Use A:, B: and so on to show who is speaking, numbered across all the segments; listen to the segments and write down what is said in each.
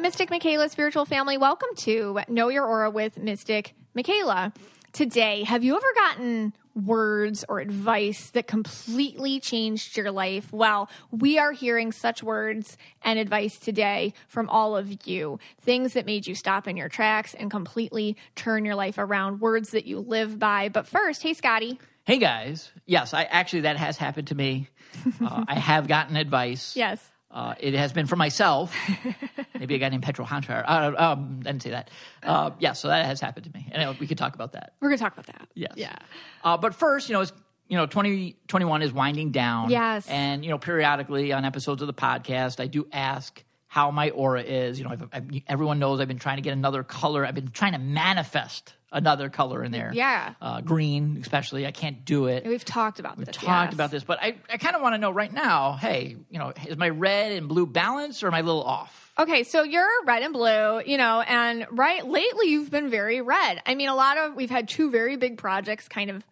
A: Mystic Michaela Spiritual Family, welcome to Know Your Aura with Mystic Michaela. Today, have you ever gotten words or advice that completely changed your life? Well, we are hearing such words and advice today from all of you. Things that made you stop in your tracks and completely turn your life around, words that you live by. But first, hey, Scotty.
B: Hey guys, yes, I actually that has happened to me. Uh, I have gotten advice.
A: Yes.
B: Uh, it has been for myself. Maybe a guy named Petro Hunter. Uh, um, I didn't say that. Uh, yeah, so that has happened to me, and uh, we could talk about that.
A: We're going to talk about that.
B: Yes.
A: Yeah.
B: Uh, but first, you know, it's, you know, 2021 is winding down.
A: Yes.
B: And, you know, periodically on episodes of the podcast, I do ask how my aura is. You know, I've, I've, everyone knows I've been trying to get another color. I've been trying to manifest another color in there.
A: Yeah.
B: Uh, green, especially. I can't do it.
A: We've talked about this.
B: Talked
A: yes.
B: about this, but I, I kind of want to know right now, hey, you know, is my red and blue balanced or am I a little off?
A: Okay, so you're red and blue, you know, and right lately you've been very red. I mean, a lot of we've had two very big projects kind of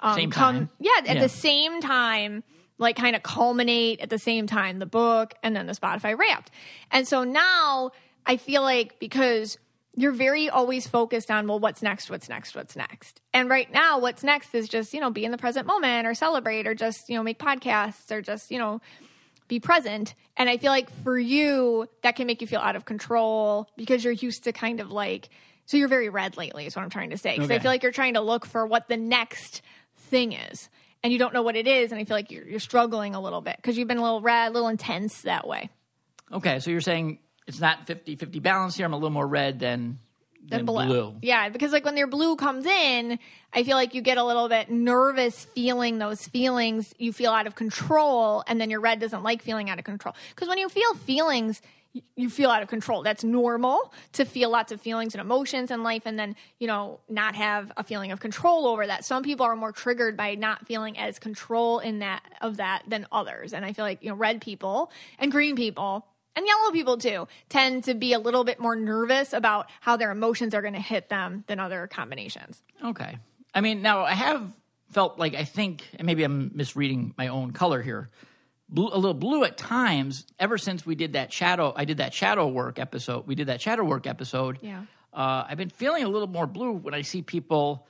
A: um,
B: Same
A: come,
B: time.
A: yeah, at
B: Yeah.
A: the same time, like kind of culminate at the same time the book and then the Spotify Wrapped, and so now I feel like because you're very always focused on well, what's next, what's next, what's next, and right now what's next is just you know be in the present moment or celebrate or just you know make podcasts or just you know be present. And I feel like for you, that can make you feel out of control because you're used to kind of like, so you're very red lately, is what I'm trying to say. Because I
B: Okay.
A: feel like you're trying to look for what the next thing is and you don't know what it is. And I feel like you're, you're struggling a little bit because you've been a little red, a little intense that way.
B: Okay, so you're saying it's not 50 50 balance here. I'm a little more red than, than,
A: than blue. Yeah, because like when your blue comes in, I feel like you get a little bit nervous feeling those feelings. You feel out of control, and then your red doesn't like feeling out of control. Because when you feel feelings, y- you feel out of control. That's normal to feel lots of feelings and emotions in life, and then, you know, not have a feeling of control over that. Some people are more triggered by not feeling as control in that of that than others. And I feel like, you know, red people and green people and yellow people too tend to be a little bit more nervous about how their emotions are going to hit them than other combinations.
B: Okay. I mean, now I have felt like I think, and maybe I'm misreading my own color here, blue, a little blue at times. Ever since we did that shadow, I did that shadow work episode. We did that shadow work episode.
A: Yeah.
B: Uh, I've been feeling a little more blue when I see people.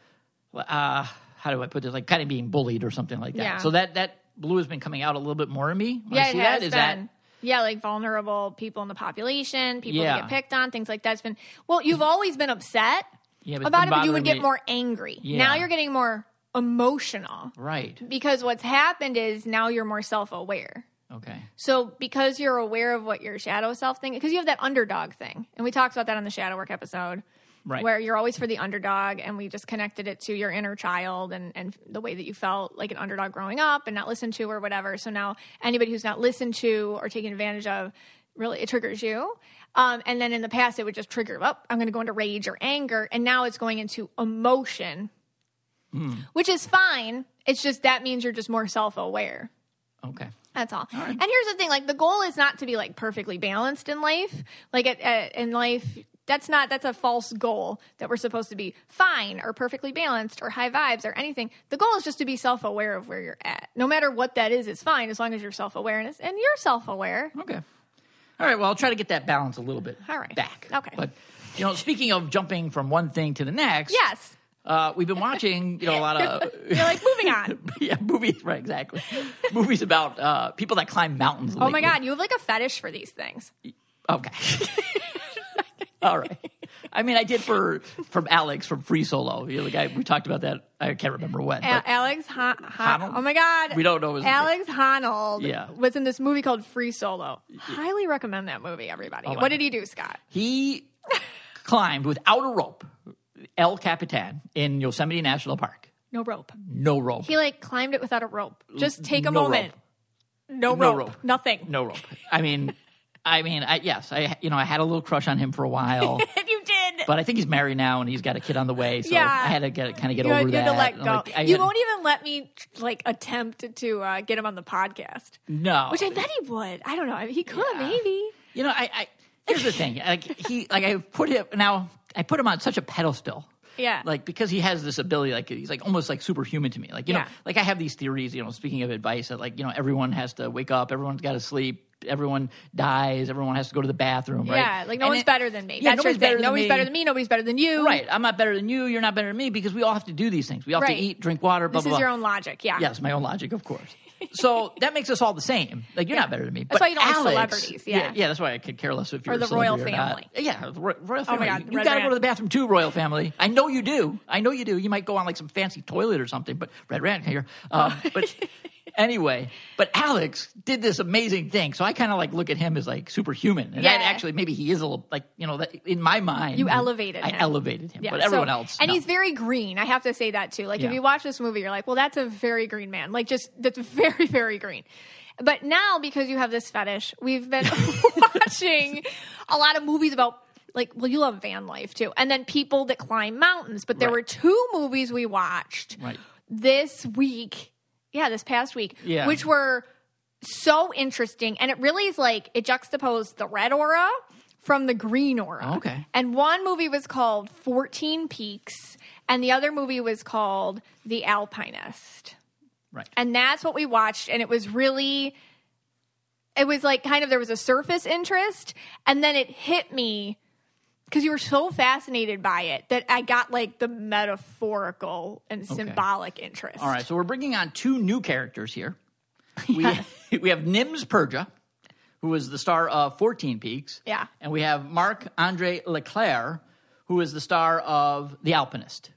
B: Uh, how do I put this? Like kind of being bullied or something like that.
A: Yeah.
B: So that that blue has been coming out a little bit more in me. When I see that, is that
A: yeah, like vulnerable people in the population, people
B: Yeah.
A: that get picked on, things like that's been. Well, you've always been upset
B: Yeah, but it's
A: about
B: been
A: it, but you would
B: bothering
A: get
B: me-
A: more angry.
B: Yeah.
A: Now you're getting more emotional
B: right?
A: because what's happened is now you're more self aware.
B: Okay.
A: So because you're aware of what your shadow self thing, because you have that underdog thing, and we talked about that on the shadow work episode,
B: Right.
A: Where you're always for the underdog, and we just connected it to your inner child and and the way that you felt like an underdog growing up and not listened to or whatever. So now anybody who's not listened to or taken advantage of, really it triggers you. Um, and then in the past, it would just trigger, oh, I'm going to go into rage or anger, and now it's going into emotion, which is fine. It's just that means you're just more self aware.
B: Okay.
A: That's all. And here's the thing: like the goal is not to be like perfectly balanced in life. Like at, at, in life, that's not that's a false goal that we're supposed to be fine or perfectly balanced or high vibes or anything. The goal is just to be self aware of where you're at. No matter what that is, it's fine as long as you're self awareness and you're self aware.
B: Okay. All right. Well, I'll try to get that balance a little bit
A: All right.
B: back.
A: Okay.
B: But you know, speaking of jumping from one thing to the next,
A: Yes.
B: uh, we've been watching you know a lot of
A: You're like moving on.
B: yeah movies right exactly movies about uh, people that climb mountains.
A: Oh my god, you have like a fetish for these things.
B: Okay. All right. I mean, I did for from Alex from Free Solo. You know, the guy we talked about that. I can't remember when.
A: A-
B: but-
A: Alex Hon- Hon-
B: Honnold?
A: Oh my God.
B: We don't know his name.
A: Alex Honnold
B: Yeah.
A: was in this movie called Free Solo. Highly recommend that movie, everybody.
B: my
A: what did
B: God.
A: he do, Scott?
B: He climbed without a rope, El Capitan in Yosemite National Park.
A: No rope.
B: No rope.
A: Mm. He like climbed it without a rope. Just take a
B: no
A: moment.
B: rope.
A: No,
B: No
A: rope.
B: rope.
A: Nothing.
B: No rope. I mean, I mean, I, yes, I you know I had a little crush on him for a while,
A: And you did.
B: but I think he's married now and he's got a kid on the way, so
A: Yeah.
B: I had to get kind of get
A: you
B: over
A: had, you
B: that.
A: had to let
B: And,
A: go.
B: like, I
A: you
B: had-
A: won't even let me like attempt to uh, get him on the podcast,
B: No,
A: which I bet he would. I don't know. He could
B: Mm. Yeah.
A: maybe.
B: you know, I, I here's the thing, like he, like I put him now, I put him on such a pedestal.
A: Yeah.
B: Like because he has this ability, like he's like almost like superhuman to me. Like you
A: Yeah.
B: know, like I have these theories. You know, speaking of advice, that like you know everyone has to wake up, everyone's got to sleep, everyone dies, everyone has to go to the bathroom, right?
A: Yeah, like no
B: And
A: one's
B: it-
A: better than me.
B: Yeah,
A: That's your thing.
B: nobody's better than
A: nobody's
B: me.
A: better than me. Nobody's better than you.
B: Right. I'm not better than you. You're not better than me because we all have to do these things. We all have
A: Right.
B: to eat, drink water, blah,
A: This
B: blah,
A: is
B: blah.
A: your own logic. Yeah.
B: Yes, my own logic, of course. So that makes us all the same. Like you're not better than me. That's
A: why you don't like
B: Alex,
A: celebrities, yeah.
B: yeah, that's why I could care less if you're
A: Or
B: a
A: the royal
B: celebrity or not.
A: family.
B: Yeah, the ro- royal
A: Oh my
B: family.
A: God, the
B: you
A: Red
B: gotta
A: Rat.
B: go to the bathroom too, royal family. I know you do. I know you do. You might go on like some fancy toilet or something, but Red Rant here.
A: Oh.
B: Um, but anyway, but Alex did this amazing thing, so I kind of like look at him as like superhuman, and that
A: Yeah.
B: actually maybe he is a little like you know that in my mind
A: You elevated
B: I
A: him.
B: elevated him,
A: Yeah,
B: but
A: so-
B: everyone else
A: And
B: no.
A: he's very green. I have to say that too. Like if
B: Yeah.
A: you watch this movie, you're like, well, that's a very green man. Like just that's very very green. But now because you have this fetish, we've been watching a lot of movies about like well you love van life too and then people that climb mountains but there
B: Right.
A: were two movies we watched
B: Right.
A: this week yeah this past week
B: Yeah.
A: which were so interesting and it really is like it juxtaposed the red aura from the green aura
B: Okay.
A: and one movie was called 14 Peaks, and the other movie was called The Alpinist.
B: right.
A: And that's what we watched. And it was really, it was like kind of there was a surface interest, and then it hit me because you were so fascinated by it that I got like the metaphorical and symbolic interest.
B: All right, so we're bringing on two new characters here. We, we have Nims Perja, who was the star of 14 Peaks.
A: Yeah.
B: And we have Marc Andre Leclerc, who is the star of The Alpinist.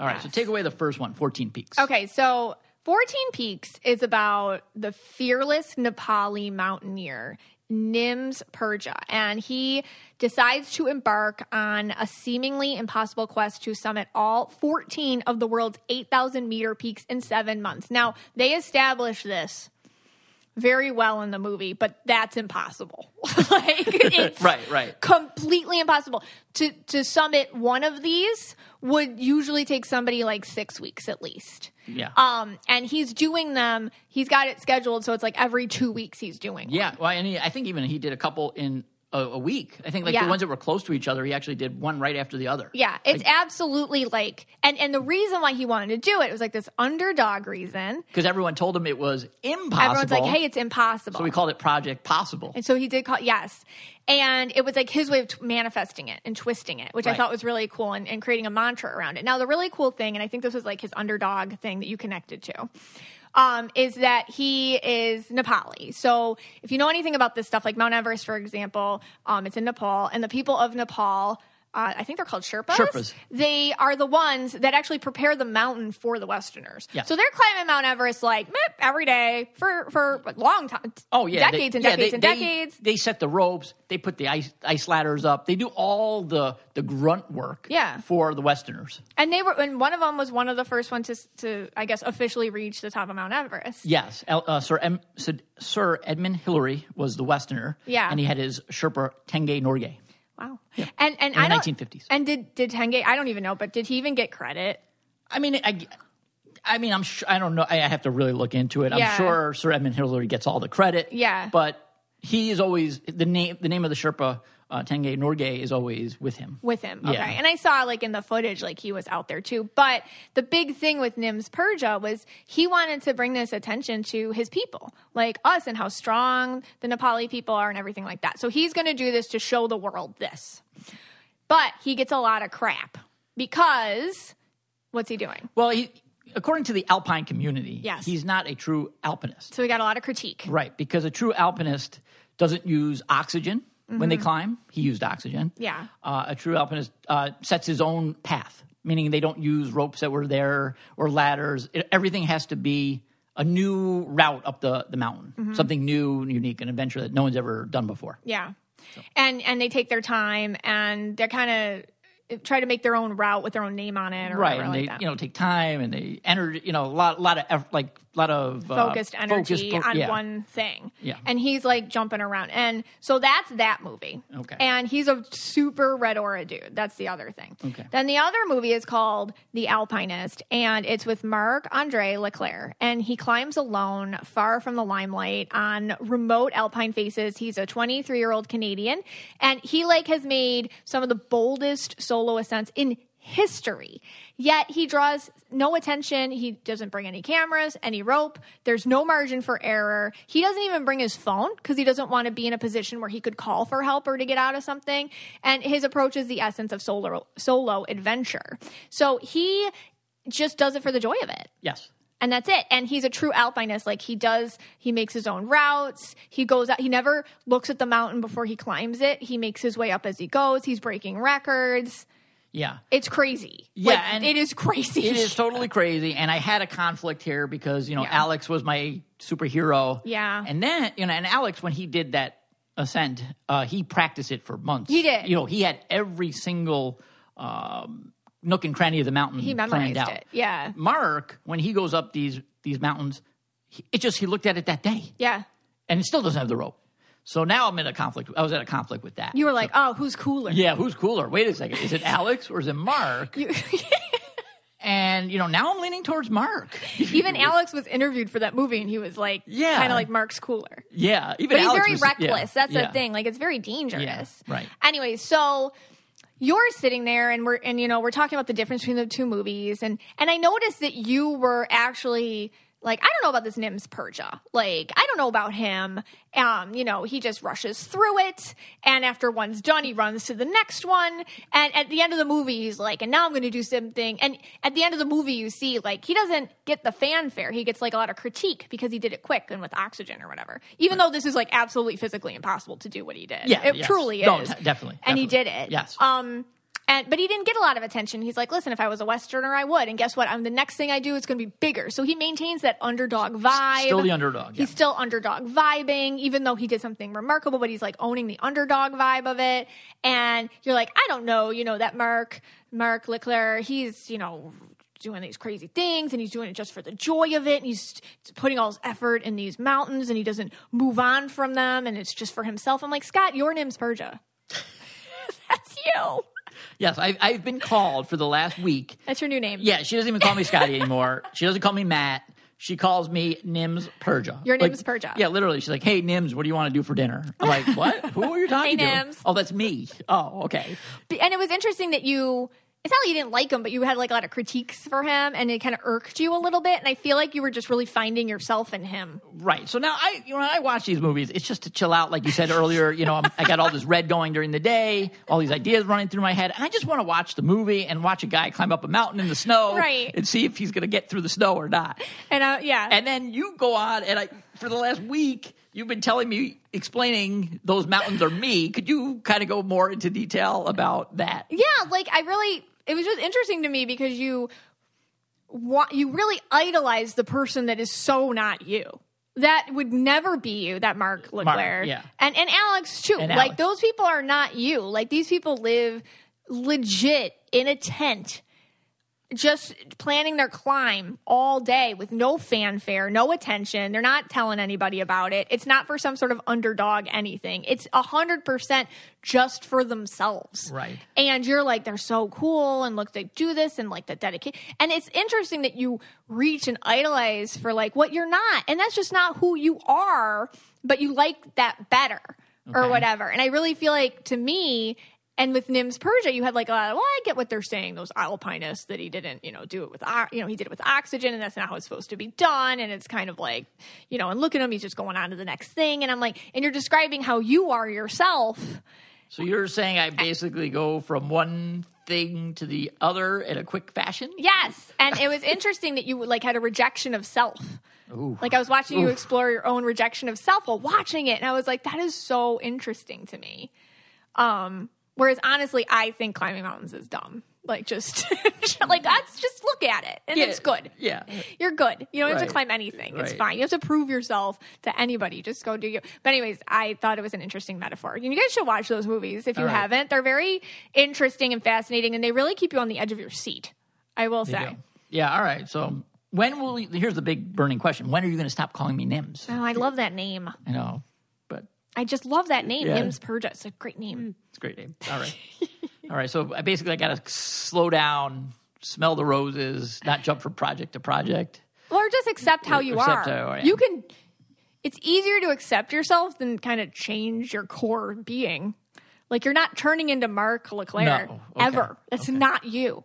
B: All right, so
A: Yes.
B: take away the first one, 14 Peaks.
A: Okay, so 14 Peaks is about the fearless Nepali mountaineer Nims Purja, and he decides to embark on a seemingly impossible quest to summit all 14 of the world's 8,000 meter peaks in seven months. Now, they establish this very well in the movie, but that's impossible. like, it's
B: Right, right.
A: completely impossible to to summit one of these would usually take somebody like six weeks at least
B: Yeah.
A: um and he's doing them he's got it scheduled so it's like every two weeks he's doing
B: Yeah, well, and he, I think even he did a couple in a, a week. I think like
A: Yeah.
B: the ones that were close to each other, he actually did one right after the other.
A: Yeah, it's absolutely like, and and the reason why he wanted to do it was like this underdog reason.
B: Because everyone told him it was impossible.
A: Everyone's like, "Hey, it's impossible."
B: So we called it Project Possible.
A: And so he did call, yes. And it was like his way of t- manifesting it and twisting it, which I
B: Right.
A: thought was really cool and, and creating a mantra around it. Now, the really cool thing, and I think this was like his underdog thing that you connected to, um, is that he is Nepali. So if you know anything about this stuff, like Mount Everest, for example, um, it's in Nepal, and the people of Nepal. Uh, I think they're called Sherpas.
B: Sherpas.
A: They are the ones that actually prepare the mountain for the Westerners.
B: Yeah.
A: So they're climbing Mount Everest like meh, every day for for a long time.
B: Oh yeah,
A: decades
B: they,
A: and
B: yeah,
A: decades
B: they-
A: and
B: they-
A: decades.
B: They, set the ropes. They put the ice ice ladders up. They do all the the grunt work.
A: Yeah.
B: for the Westerners.
A: and they were, and one of them was one of the first ones to, to I guess, officially reach the top of Mount Everest.
B: Yes, El- uh, Sir, em, Sid- Sir Edmund Hillary was the Westerner.
A: Yeah.
B: and he had his Sherpa Tenge Norgay.
A: Wow. And and
B: the
A: I don't,
B: 1950s.
A: And did did Tenge? I don't even know, but did he even get credit?
B: I mean, I. I mean, I'm sure. I don't know. I I have to really look into it.
A: Yeah.
B: I'm sure Sir Edmund Hillary gets all the credit.
A: Yeah.
B: but he is always the name. The name of the Sherpa uh, Tenge Norgay is always with him.
A: with him.
B: Yeah.
A: Okay. And I saw like in the footage, like he was out there too. But the big thing with Nim's Persia was he wanted to bring this attention to his people, like us, and how strong the Nepali people are and everything like that. So he's going to do this to show the world this. But he gets a lot of crap because what's he doing?
B: Well, he, according to the Alpine community,
A: Yes.
B: he's not a true alpinist.
A: So he got a lot of critique.
B: Right, because a true alpinist doesn't use oxygen when they climb. He used oxygen.
A: Mm-hmm. Yeah.
B: Uh, a true alpinist uh, sets his own path, meaning they don't use ropes that were there or ladders. It, everything has to be a new route up the, the mountain,
A: Mm-hmm.
B: something new, and unique, an adventure that no one's ever done before.
A: Yeah. And and they take their time and they're kind of try to make their own route with their own name on it or
B: Right,
A: whatever
B: and
A: like
B: they
A: that.
B: you know take time and they energy, you know, a lot, lot of eff- like lot of uh,
A: focused energy
B: fo-
A: on
B: yeah.
A: one thing.
B: Yeah.
A: And he's like jumping around. And so that's that movie.
B: Okay.
A: And he's a super red aura dude. That's the other thing.
B: Okay.
A: Then the other movie is called The Alpinist, and it's with Marc Andre Leclerc. And he climbs alone, far from the limelight, on remote alpine faces. He's a 23 year old Canadian, and he like has made some of the boldest solo ascents in history. Yet he draws no attention. He doesn't bring any cameras, any rope. There's no margin for error. He doesn't even bring his phone because he doesn't want to be in a position where he could call for help or to get out of something. And his approach is the essence of solo solo adventure. So he just does it for the joy of it
B: Yes.
A: and that's it and he's a true alpinist like he does he makes his own routes he goes out he never looks at the mountain before he climbs it he makes his way up as he goes he's breaking records
B: Yeah.
A: it's crazy
B: Yeah,
A: Like,
B: and
A: it is crazy
B: It is totally crazy. And I had a conflict here because, you know,
A: uh, Yeah.
B: Alex was my superhero.
A: Yeah.
B: And then, you know, and Alex, when he did that ascent, uh, he practiced it for months.
A: He did.
B: You know, he had every single um, nook and cranny of the mountain
A: he
B: planned
A: memorized
B: out.
A: it yeah
B: Mark, when he goes up these these mountains, he, it just he looked at it that day
A: yeah
B: and he still doesn't have the rope. So now I'm in a conflict. I was at a conflict with that.
A: you were like oh who's cooler
B: Yeah, who's cooler? Wait a second. Is it Alex or is it Mark? and, you know, now I'm leaning towards Mark.
A: even alex was interviewed for that movie and he was like
B: Yeah.
A: kind of like mark's cooler
B: Yeah. Even
A: but he's
B: Alex
A: very
B: was- yeah,
A: reckless. That's
B: yeah.
A: the thing. Like it's very dangerous.
B: Yeah, right.
A: Anyway, so you're sitting there and we're and you know, we're talking about the difference between the two movies and and I noticed that you were actually like, I don't know about this Nims Perja. Like, I don't know about him. Um, you know, he just rushes through it. And after one's done, he runs to the next one. And at the end of the movie, he's like, and now I'm going to do something. And at the end of the movie, you see, like, he doesn't get the fanfare. He gets, like, a lot of critique because he did it quick and with oxygen or whatever. Even though this is, like, absolutely physically impossible to do what he did.
B: Yeah,
A: It
B: yes.
A: truly
B: No,
A: is.
B: t- definitely,
A: And he did
B: definitely.
A: it.
B: Yes.
A: Um, and but he didn't get a lot of attention. He's like, listen, if I was a Westerner, I would. And guess what? I'm the next thing I do, it's going to be bigger. So he maintains that underdog vibe.
B: still the underdog,
A: He's
B: yeah.
A: still underdog vibing, even though he did something remarkable. But he's like owning the underdog vibe of it. And you're like, I don't know, you know that Mark Mark Leclerc. He's you know doing these crazy things and he's doing it just for the joy of it and he's putting all his effort in these mountains and he doesn't move on from them and it's just for himself i'm like scott your name's persia that's you
B: Yes, I've, I've been called for the last week.
A: that's your new name
B: Yeah, she doesn't even call me Scotty anymore. She doesn't call me Matt. She calls me Nims Perja.
A: Your
B: Like,
A: Nims Perja.
B: Yeah, literally. She's like, hey, Nims, what do you want to do for dinner? I'm like, what? Who are you talking
A: Hey,
B: to?
A: Nims.
B: Oh, that's me. Oh, okay.
A: B- and it was interesting that you it's not that you didn't like him but you had like a lot of critiques for him and it kind of irked you a little bit and i feel like you were just really finding yourself in him
B: Right. So now I, you know, I watch these movies. It's just to chill out, like you said earlier. You know, I'm, I got all this red going during the day, all these ideas running through my head, and I just want to watch the movie and watch a guy climb up a mountain in the snow,
A: Right.
B: and see if he's going to get through the snow or not.
A: and uh, yeah
B: And then you go on, and I, for the last week, you've been telling me, explaining those mountains are me. Could you kind of go more into detail about that?
A: yeah like i really it was just interesting to me because you wa- you really idolize the person that is so not you that would never be you that mark leclaire
B: yeah.
A: and and alex too
B: And
A: like
B: Alex.
A: those people are not you like these people live legit in a tent just planning their climb all day with no fanfare, no attention. They're not telling anybody about it. It's not for some sort of underdog anything. It's 100% just for themselves.
B: Right.
A: And you're like, they're so cool and look, they do this and like the dedicate. And it's interesting that you reach and idolize for like what you're not. And that's just not who you are, but you like that better or
B: Okay.
A: whatever. And I really feel like to me, and with Nims Persia, you had like a lot of, well, I get what they're saying, those alpinists that he didn't, you know, do it with, o- you know, he did it with oxygen and that's not how it's supposed to be done. And it's kind of like, you know, and look at him, he's just going on to the next thing. And I'm like, and you're describing how you are yourself.
B: So you're saying I basically go from one thing to the other in a quick fashion?
A: Yes. And it was interesting that you like had a rejection of self. Like I was watching you explore your own rejection of self while watching it. And I was like, that is so interesting to me. Um, whereas honestly, I think climbing mountains is dumb. Like just like that's just look at it and it's good.
B: Yeah.
A: You're good. You don't have
B: Right.
A: to climb anything. It's
B: Right.
A: fine. You have to prove yourself to anybody. Just go do you. But anyways, I thought it was an interesting metaphor. And you guys should watch those movies if you
B: All right.
A: haven't. They're very interesting and fascinating, and they really keep you on the edge of your seat. I will
B: Yeah.
A: say.
B: Yeah. All right. So when will you, here's the big burning question: When are you going to stop calling me Nims?
A: Oh, I love that name.
B: I know, but
A: I just love that name.
B: Yeah.
A: Nims Purja. It's a great name.
B: it's a great name. All right. all right. So I basically I got to slow down, smell the roses, not jump from project to project.
A: Or just accept how you
B: Accept how
A: are.
B: I am.
A: You can. It's easier to accept yourself than kind of change your core being. Like you're not turning into Mark Leclaire
B: No. Okay.
A: ever. That's not you.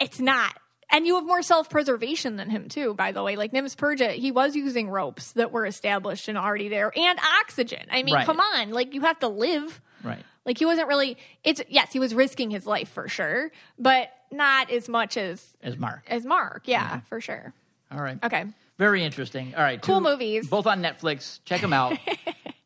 A: It's not. And you have more self preservation than him too, by the way. Like Nims Purja, he was using ropes that were established and already there and oxygen. I mean,
B: Right.
A: come on. Like you have to live.
B: Right.
A: Like he wasn't really it's yes, he was risking his life for sure, but not as much as
B: As Mark.
A: as Mark. yeah. for sure.
B: All right.
A: Okay.
B: Very interesting. All right.
A: Cool movies.
B: Both on Netflix. Check them out.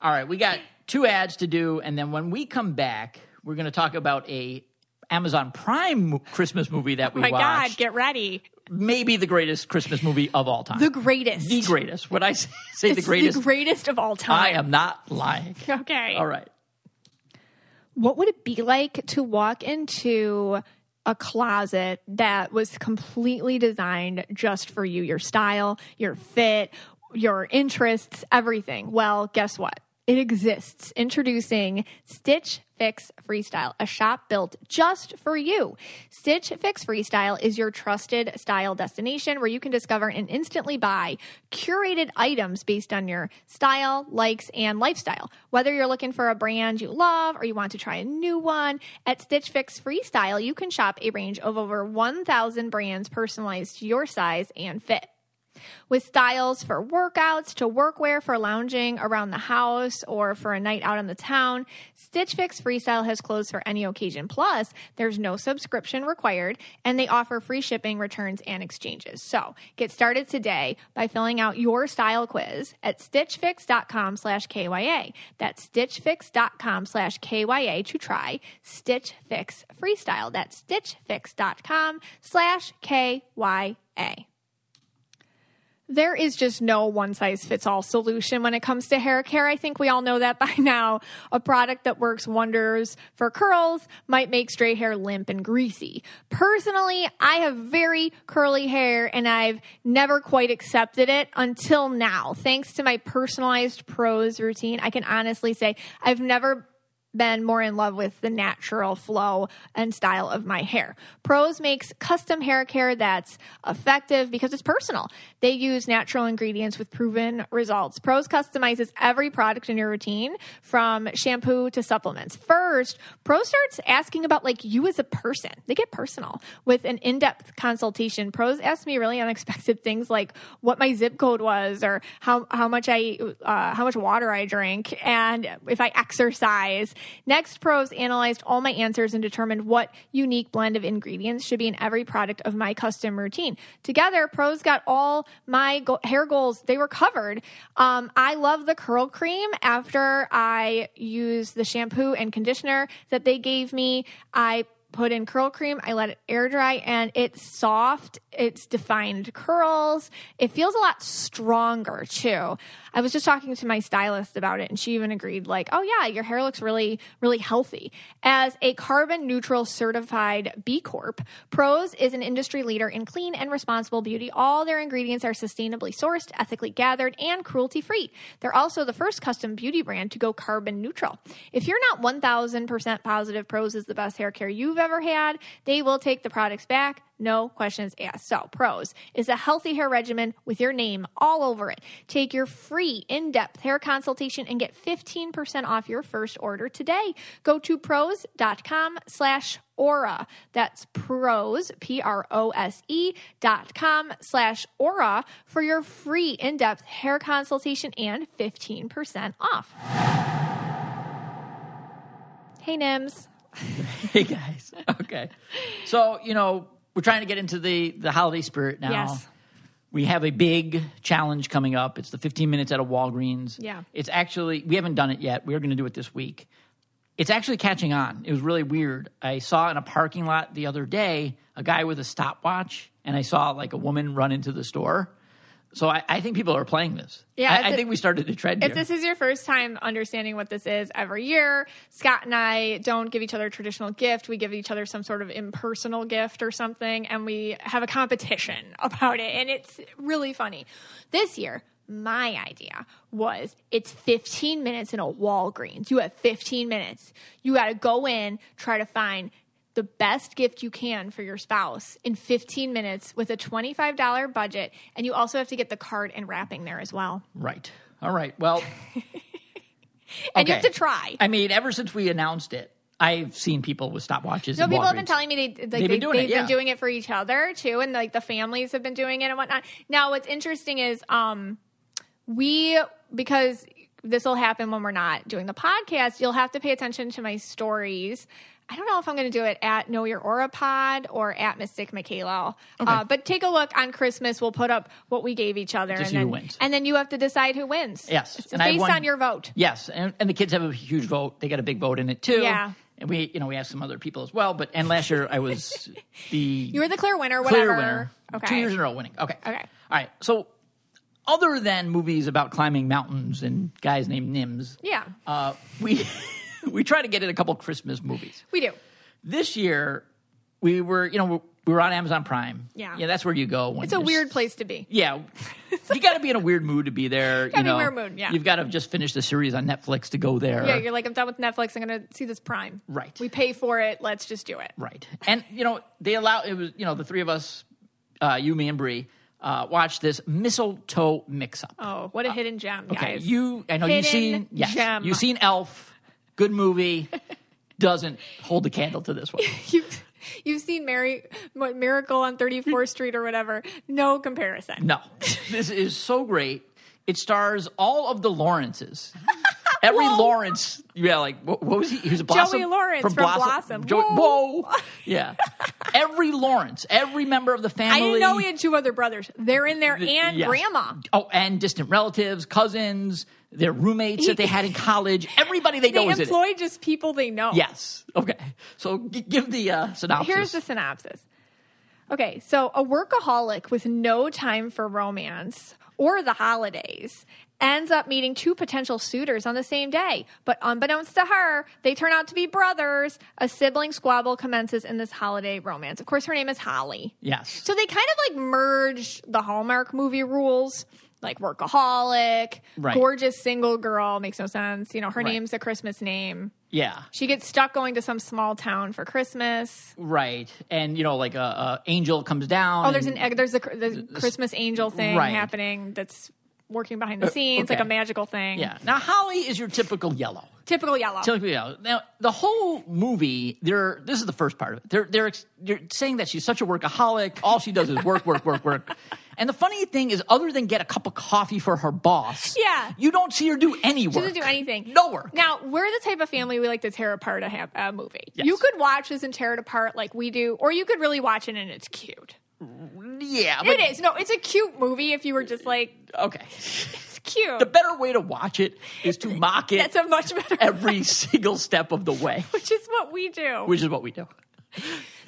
B: All right. We got two ads to do. And then when we come back, we're going to talk about a Amazon Prime mo- Christmas movie that we
A: Oh My God,
B: watched.
A: get ready.
B: Maybe the greatest Christmas movie of all time.
A: The greatest.
B: The greatest. Would I say, say the
A: It's
B: greatest?
A: The greatest of all
B: I
A: time.
B: am not lying.
A: Okay.
B: All right.
A: What would it be like to walk into a closet that was completely designed just for you, your style, your fit, your interests, everything? Well, guess what? It exists. Introducing Stitch Fix Freestyle, a shop built just for you. Stitch Fix Freestyle is your trusted style destination where you can discover and instantly buy curated items based on your style, likes, and lifestyle. Whether you're looking for a brand you love or you want to try a new one, at Stitch Fix Freestyle, you can shop a range of over 1,000 brands personalized to your size and fit with styles for workouts to workwear for lounging around the house or for a night out on the town. Stitch Fix Freestyle has clothes for any occasion. Plus, there's no subscription required and they offer free shipping, returns, and exchanges. So get started today by filling out your style quiz at stitchfix.com slash KYA. That's stitchfix.com slash KYA to try Stitch Fix Freestyle. That's stitchfix.com slash KYA. There is just no one size fits all solution when it comes to hair care. I think we all know that by now. A product that works wonders for curls might make stray hair limp and greasy. Personally, I have very curly hair and I've never quite accepted it until now. Thanks to my personalized pros routine, I can honestly say I've never been more in love with the natural flow and style of my hair. Pros makes custom hair care that's effective because it's personal. They use natural ingredients with proven results. Pros customizes every product in your routine from shampoo to supplements. First, Pro starts asking about like you as a person. They get personal with an in-depth consultation. Pros asked me really unexpected things like what my zip code was or how how much I uh, how much water I drink and if I exercise. Next, Pros analyzed all my answers and determined what unique blend of ingredients should be in every product of my custom routine. Together, Pros got all my go- hair goals. They were covered. Um, I love the curl cream after I use the shampoo and conditioner that they gave me. I put in curl cream. I let it air dry and it's soft. It's defined curls. It feels a lot stronger too. I was just talking to my stylist about it and she even agreed like, "Oh yeah, your hair looks really really healthy." As a carbon neutral certified B Corp, Pros is an industry leader in clean and responsible beauty. All their ingredients are sustainably sourced, ethically gathered, and cruelty-free. They're also the first custom beauty brand to go carbon neutral. If you're not 1000% positive Pros is the best hair care you've ever had, they will take the products back, no questions asked. So, Pros is a healthy hair regimen with your name all over it. Take your free in-depth hair consultation and get 15% off your first order today. Go to pros.com slash aura. That's pros, P-R-O-S-E E, dot com slash aura for your free in-depth hair consultation and 15% off. Hey, Nims.
B: Hey guys. Okay. So, you know, we're trying to get into the the holiday spirit now.
A: Yes.
B: We have a big challenge coming up. It's the 15 minutes at a Walgreens.
A: Yeah.
B: It's actually we haven't done it yet. We're going to do it this week. It's actually catching on. It was really weird. I saw in a parking lot the other day a guy with a stopwatch and I saw like a woman run into the store. So I, I think people are playing this.
A: Yeah,
B: I,
A: it's
B: I
A: a-
B: think we started to tread
A: If
B: here.
A: this is your first time understanding what this is every year, Scott and I don't give each other a traditional gift. We give each other some sort of impersonal gift or something, and we have a competition about it. And it's really funny. This year, my idea was it's 15 minutes in a Walgreens. You have 15 minutes. You got to go in, try to find the best gift you can for your spouse in 15 minutes with a $25 budget. And you also have to get the card and wrapping there as well.
B: Right. All right. Well,
A: and you have to try.
B: I mean, ever since we announced it, I've seen people with stopwatches.
A: No,
B: in
A: people have been
B: Walgreens.
A: telling me they, like, they, have
B: been
A: been,
B: doing
A: doing,
B: it,
A: they've
B: yeah.
A: been doing it for each other too, and like the families have been doing it and whatnot. Now, what's interesting is um, we because this will happen when we're not doing the podcast. You'll have to pay attention to my stories. I don't know if I'm going to do it at Know Your Aura Pod or at Mystic Michaela, uh, but take a look on Christmas. We'll put up what we gave each other,
B: see
A: and
B: who
A: then
B: wins.
A: and then you have to decide who wins.
B: Yes,
A: It's
B: and I
A: based
B: won-
A: on your vote.
B: Yes, and, and the kids have a huge vote. They got a big vote in it too.
A: Yeah.
B: and we you know we have some other people as well. But and last year I was the
A: You were the clear winner. Whatever.
B: clear winner.
A: Okay.
B: Two years in a row winning. Okay.
A: Okay.
B: All right. So, other than movies about climbing mountains and guys named Nims,
A: Yeah.
B: uh, we we try to get in a couple Christmas movies.
A: We do.
B: This year, we were you know we were on Amazon Prime.
A: Yeah.
B: yeah, that's where you go. When
A: It's a
B: there's-
A: weird place to be.
B: Yeah, you got to be in a weird mood to be
A: Gotta
B: there. you
A: be in
B: know,
A: a weird mood, yeah.
B: you've got to just finish the series on Netflix to go there.
A: Yeah, you're like, I'm done with Netflix. I'm going to see this Prime.
B: Uh, Right.
A: We pay for it. Let's just do it.
B: Right. And you know, they allow it was you know, the three of us, uh, you, me and Bree, uh, watch this mistletoe mix up.
A: Oh, what a hidden gem,
B: Uh, okay.
A: guys.
B: You I know you've
A: Hidden
B: seen yes,
A: gem.
B: you've seen Elf, good movie, doesn't hold a candle to this one.
A: You've, you've seen Mary, what, Miracle on 34th Street or whatever. No comparison.
B: No. This is so great. It stars all of the Lawrences. Every
A: Whoa.
B: Lawrence, yeah, like what, what was he? He was a Blossom
A: Lawrence from Blossom.
B: Joey-
A: Whoa.
B: whoa, yeah. every Lawrence, every member of the family.
A: I didn't know we had two other brothers. They're in there and
B: Yes.
A: grandma.
B: Oh, and distant relatives, cousins, their roommates that they had in college. Everybody they, know
A: They
B: is in it.
A: employ just people they know.
B: Yes. Okay. So g- give the uh, synopsis.
A: Here's the synopsis. Okay, so a workaholic with no time for romance or the holidays ends up meeting two potential suitors on the same day. But unbeknownst to her, they turn out to be brothers. A sibling squabble commences in this holiday romance. Of course, her name is Holly.
B: yes.
A: So they kind of like merge the Hallmark movie rules, like workaholic,
B: Right.
A: gorgeous single girl, makes no sense. You know, her
B: Right.
A: name's a Christmas name.
B: yeah.
A: She gets stuck going to some small town for Christmas.
B: Right. And you know, like a, a angel comes down.
A: Oh, there's an
B: and-
A: egg. There's the, cr- the Christmas angel thing
B: right. Uh,
A: happening that's working behind the scenes, like
B: okay.
A: a magical thing.
B: yeah. Now Holly is your typical yellow.
A: Typical yellow.
B: Typical yellow. Now the whole movie, they're this is the first part of it. They're they're ex- you're saying that she's such a workaholic. All she does is work, work, work, work. And the funny thing is, other than get a cup of coffee for her boss,
A: Yeah.
B: you don't see her do any work.
A: she doesn't do anything.
B: No work.
A: Now we're the type of family we like to tear apart a, ha- a movie.
B: Yes.
A: You could watch this and tear it apart like we do, or you could really watch it and it's cute.
B: Yeah, but
A: It is no, it's a cute movie. If you were just like,
B: okay.
A: it's cute.
B: The better way to watch it is to mock it
A: that's a much better.
B: every single step of the way,
A: which is what we do.
B: which is what we do.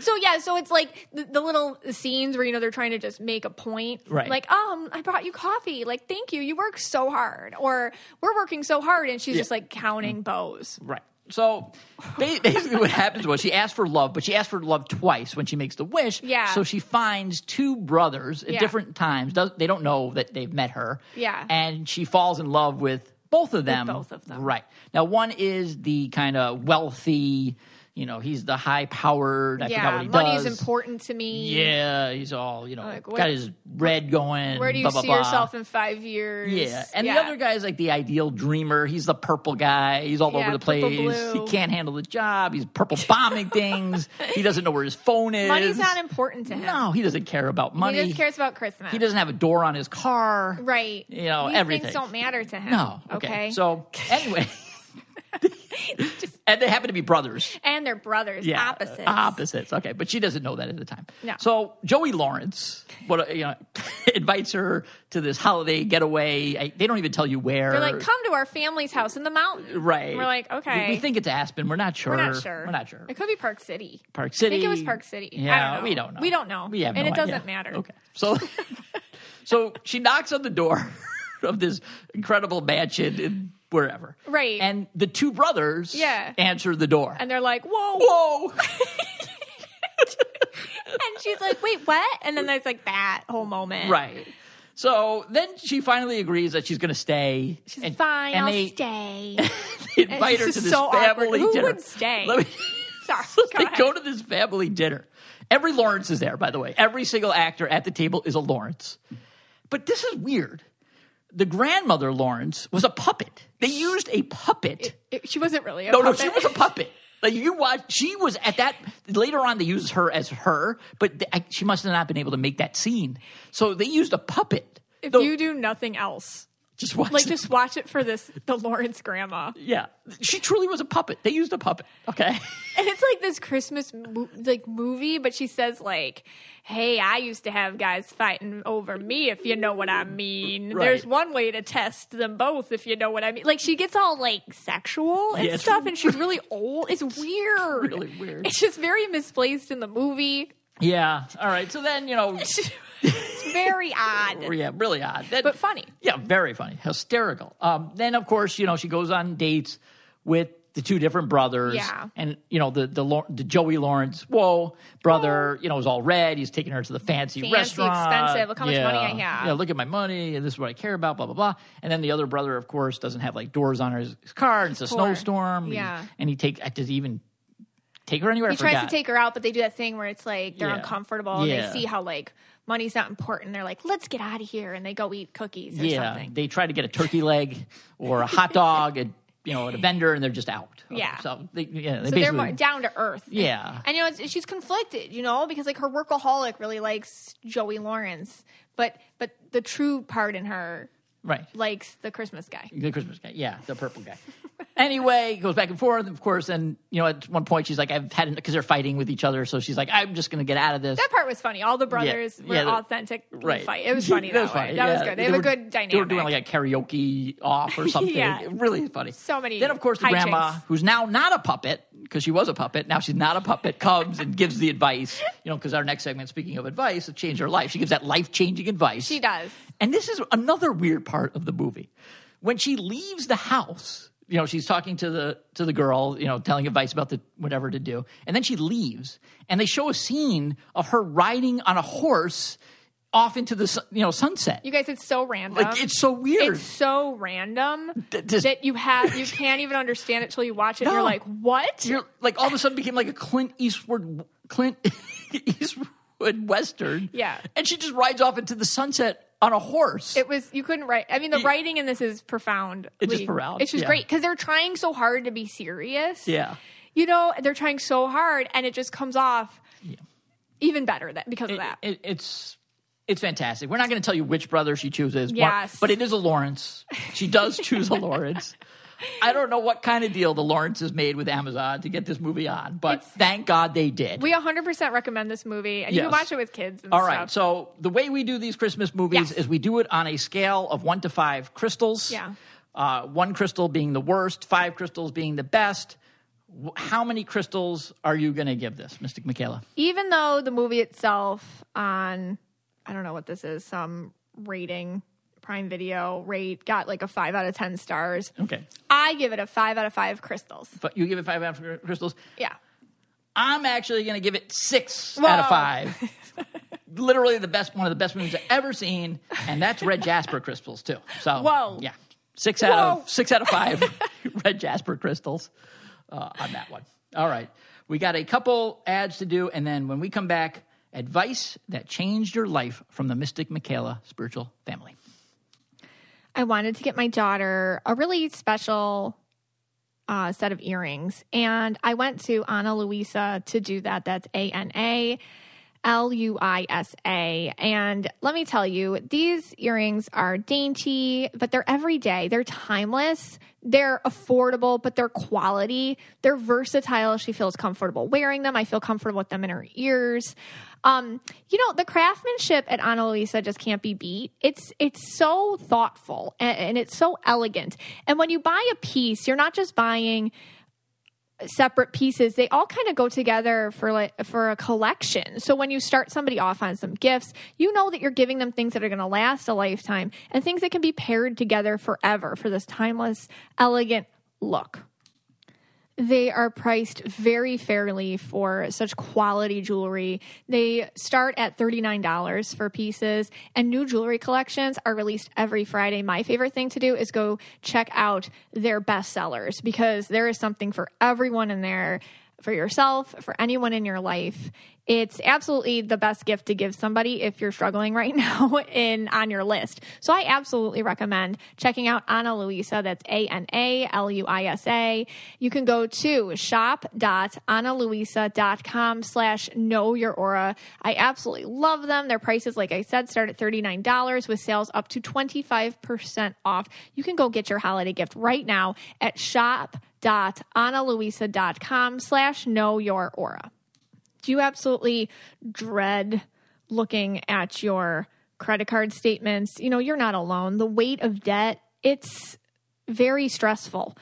A: So yeah, so it's like the, the little scenes where you know they're trying to just make a point,
B: Right.
A: Like, um, I brought you coffee. Like, thank you. You work so hard, or we're working so hard, and she's just like
B: Mm.
A: counting bows.
B: Right. So ba- basically, what happens was she asked for love, but she asked for love twice when she makes the wish.
A: Yeah.
B: So she finds two brothers at
A: Yeah.
B: different times. Does, they don't know that they've met her.
A: Yeah.
B: And she falls in love with both of them.
A: both of them.
B: Right. Now, one is the kind of wealthy, you know, he's the high powered. I forgot
A: yeah,
B: what he
A: money's
B: does.
A: important to me.
B: Yeah, he's all you know,
A: Like,
B: got
A: where-
B: his red going.
A: Where do you
B: blah, blah,
A: see
B: blah.
A: yourself in five years?
B: Yeah, and
A: Yeah.
B: the other guy's like the ideal dreamer. He's the purple guy. He's all
A: Yeah,
B: over the
A: purple
B: place.
A: blue.
B: He can't handle the job. He's purple bombing things. He doesn't know where his phone is.
A: money's not important to him.
B: No, he doesn't care about
A: he
B: money.
A: just cares about Christmas.
B: He doesn't have a door on his car.
A: Right.
B: You know,
A: These
B: everything.
A: things don't matter to him.
B: No.
A: Okay.
B: So anyway, and they happen to be brothers.
A: and they're brothers, opposites.
B: Opposites. Okay, but she doesn't know that at the time.
A: No.
B: So Joey Lawrence, what you know, invites her to this holiday getaway. I, they don't even tell you where.
A: They're like, come to our family's house in the mountain.
B: Right.
A: We're like,
B: We-
A: okay.
B: We, think it's Aspen. We're not sure.
A: We're not sure.
B: We're not sure.
A: It could be Park City.
B: Park City.
A: I think it was Park City. I
B: Yeah,
A: don't know.
B: we don't know.
A: We don't know.
B: We have
A: And
B: no
A: it doesn't
B: idea.
A: matter.
B: Okay. So, so she knocks on the door of this incredible mansion in wherever.
A: Right.
B: And the two brothers
A: Yeah.
B: answer the door.
A: And they're like, whoa.
B: Whoa.
A: And she's like, wait, what? And then there's like that whole moment.
B: right. So then she finally agrees that she's going to stay.
A: She's
B: and,
A: fine.
B: and
A: I'll
B: they
A: stay.
B: invite
A: It's
B: her to
A: just
B: this
A: so awkward.
B: family
A: Who
B: dinner.
A: would stay?
B: Let me,
A: Sorry.
B: they
A: ahead.
B: go to this family dinner. Every Lawrence is there, by the way. Every single actor at the table is a Lawrence. But this is weird. the grandmother Lawrence was a puppet. They used a puppet.
A: It- she wasn't really a
B: No,
A: puppet.
B: no, she was a puppet. Like you watch, she was at that. Later on, they used her as her, but th- I, she must have not been able to make that scene. So they used a puppet.
A: If
B: Though-
A: you do nothing else,
B: just watch,
A: like
B: this.
A: just watch it for this, the Lawrence grandma.
B: yeah, she truly was a puppet. They used a puppet. Okay,
A: And it's like this Christmas mo- like movie, but she says like, "Hey, I used to have guys fighting over me, if you know what I mean."
B: Right.
A: There's one way to test them both, if you know what I mean. Like she gets all like sexual and
B: Yeah, it's
A: stuff, and she's really old. It's weird.
B: really weird.
A: It's just very misplaced in the movie.
B: Yeah. All right. So then you know,
A: It's very odd,
B: yeah, really odd. That,
A: but funny.
B: Yeah, very funny, hysterical. Um, then of course, you know, she goes on dates with the two different brothers.
A: Yeah.
B: and you know the the, Law- the Joey Lawrence, whoa, brother, you know, is all red. He's taking her to the fancy,
A: Oh. Fancy,
B: restaurant.
A: expensive. Look how much money I have.
B: Yeah, look at my money. This is what I care about. Blah blah blah. And then the other brother, of course, doesn't have like doors on his his car. and It's a
A: course.
B: snowstorm.
A: Yeah.
B: and he take does he even take her anywhere?
A: He
B: I
A: tries to
B: forgot.
A: take her out, but they do that thing where it's like they're
B: Yeah.
A: uncomfortable and
B: Yeah.
A: they see how like money's not important. They're like, "Let's get out of here," and they go eat cookies or
B: Yeah,
A: something.
B: they try to get a turkey leg or a hot dog at you know at a vendor, and they're just out.
A: Yeah.
B: so they, yeah, they
A: So they're
B: basically,
A: more down to earth.
B: yeah,
A: And you know, it's, she's conflicted, you know, because like her workaholic really likes Joey Lawrence, but but the true part in her
B: right.
A: likes the Christmas guy.
B: The Christmas guy, yeah, the purple guy. anyway, it goes back and forth, of course, and you know at one point she's like, "I've had because they're fighting with each other," so she's like, "I'm just going to get out of this."
A: That part was funny. All the brothers were
B: Yeah, the-
A: authentic.
B: Right,
A: Fight. It was funny that,
B: was
A: way.
B: funny,
A: That was
B: yeah.
A: good. They, have
B: were-
A: a good dynamic.
B: They were doing like a karaoke off or something.
A: Yeah.
B: It really funny.
A: So many
B: Then of course the
A: hijinks.
B: grandma, who's now not a puppet because she was a puppet, now she's not a puppet, comes and gives the advice. You know, because our next segment, speaking of advice, it changed her life. She gives that life changing advice.
A: she does.
B: And this is another weird part of the movie. When she leaves the house, you know, she's talking to the to the girl, you know, telling advice about the whatever to do. And then she leaves and they show a scene of her riding on a horse off into the sun, you know, sunset.
A: You guys, it's so random.
B: like it's so weird.
A: It's so random
B: Th- this-
A: that you have you can't even understand it till you watch it. and
B: No.
A: You're like, what?
B: You're like all of a sudden became like a Clint Eastwood Clint Eastwood western.
A: Yeah.
B: And she just rides off into the sunset on a horse.
A: It was you couldn't write. I mean, the writing in this is profound.
B: It's just profound,
A: It's just
B: yeah.
A: great because they're trying so hard to be serious.
B: yeah.
A: you know they're trying so hard, and it just comes off even better that because of that.
B: It, it's it's fantastic. We're not going to tell you which brother she chooses. one-
A: Yes.
B: but it is a Lawrence. She does choose a Lawrence. I don't know what kind of deal the Lawrences made with Amazon to get this movie on, but thank God they did.
A: we 100% recommend this movie, and you can
B: Yes.
A: watch it with kids. And
B: All
A: stuff.
B: right. So the way we do these Christmas movies
A: Yes.
B: is we do it on a scale of one to five crystals.
A: Yeah.
B: Uh, one crystal being the worst, five crystals being the best. Wh- How many crystals are you going to give this, Mystic Michaela?
A: even though the movie itself on I don't know what this is, some rating Prime Video rate got like a five out of ten stars.
B: Okay.
A: I give it a five out of five crystals.
B: F- You give it five out of five crystals.
A: Yeah.
B: I'm actually going to give it six out of
A: Whoa.
B: five. Literally the best, one of the best movies I've ever seen, and that's Red Jasper crystals too. So,
A: Whoa.
B: yeah, six out
A: Whoa.
B: of six out of five Red Jasper crystals uh, on that one. All right, we got a couple ads to do, and then when we come back, advice that changed your life from the Mystic Michaela spiritual family.
A: I wanted to get my daughter a really special uh, set of earrings. And I went to Ana Luisa to do that. That's A N A L U I S A. And let me tell you, these earrings are dainty, but they're everyday. They're timeless. They're affordable, but they're quality. They're versatile. She feels comfortable wearing them. I feel comfortable with them in her ears. Um, you know, the craftsmanship at Ana Luisa just can't be beat. It's it's so thoughtful and, and it's so elegant. And when you buy a piece, you're not just buying separate pieces they all kind of go together for like for a collection so when you start somebody off on some gifts you know that you're giving them things that are going to last a lifetime and things that can be paired together forever for this timeless elegant look they are priced very fairly for such quality jewelry. They start at $39 for pieces, and new jewelry collections are released every Friday. My favorite thing to do is go check out their bestsellers because there is something for everyone in there for yourself, for anyone in your life. It's absolutely the best gift to give somebody if you're struggling right now in on your list. So I absolutely recommend checking out Ana Luisa. That's A N A L U I S A. You can go to shop.analuisa.com slash know your aura. I absolutely love them. Their prices, like I said, start at $39 with sales up to 25% off. You can go get your holiday gift right now at shop.analuisa.com slash know your aura do you absolutely dread looking at your credit card statements? You know, you're not alone. The weight of debt, it's very stressful.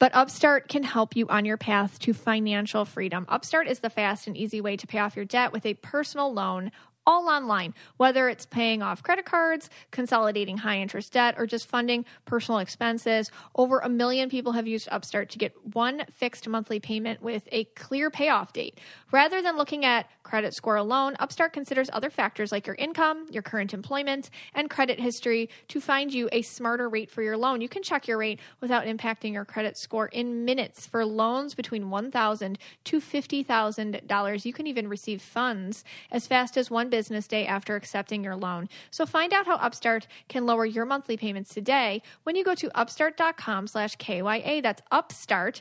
A: But Upstart can help you on your path to financial freedom. Upstart is the fast and easy way to pay off your debt with a personal loan all online, whether it's paying off credit cards, consolidating high interest debt, or just funding personal expenses. Over a million people have used Upstart to get one fixed monthly payment with a clear payoff date. Rather than looking at credit score alone, Upstart considers other factors like your income, your current employment, and credit history to find you a smarter rate for your loan. You can check your rate without impacting your credit score in minutes for loans between $1,000 to $50,000. You can even receive funds as fast as one business day after accepting your loan. So find out how Upstart can lower your monthly payments today when you go to upstart.com slash KYA. That's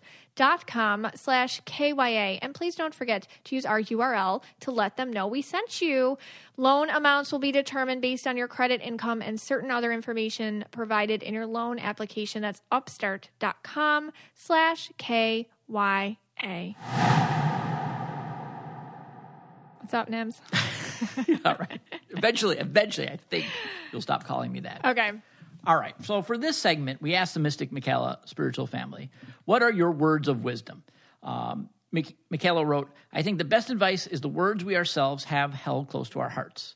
A: upstart.com slash KYA. And please don't forget to use our URL to let them know we sent you. Loan amounts will be determined based on your credit income and certain other information provided in your loan application. That's upstart.com slash KYA. What's up, Nims?
B: All right. Eventually, eventually, I think you'll stop calling me that.
A: Okay.
B: All right. So for this segment, we asked the Mystic Michaela spiritual family, "What are your words of wisdom?" Um, Mich- Michaela wrote, "I think the best advice is the words we ourselves have held close to our hearts.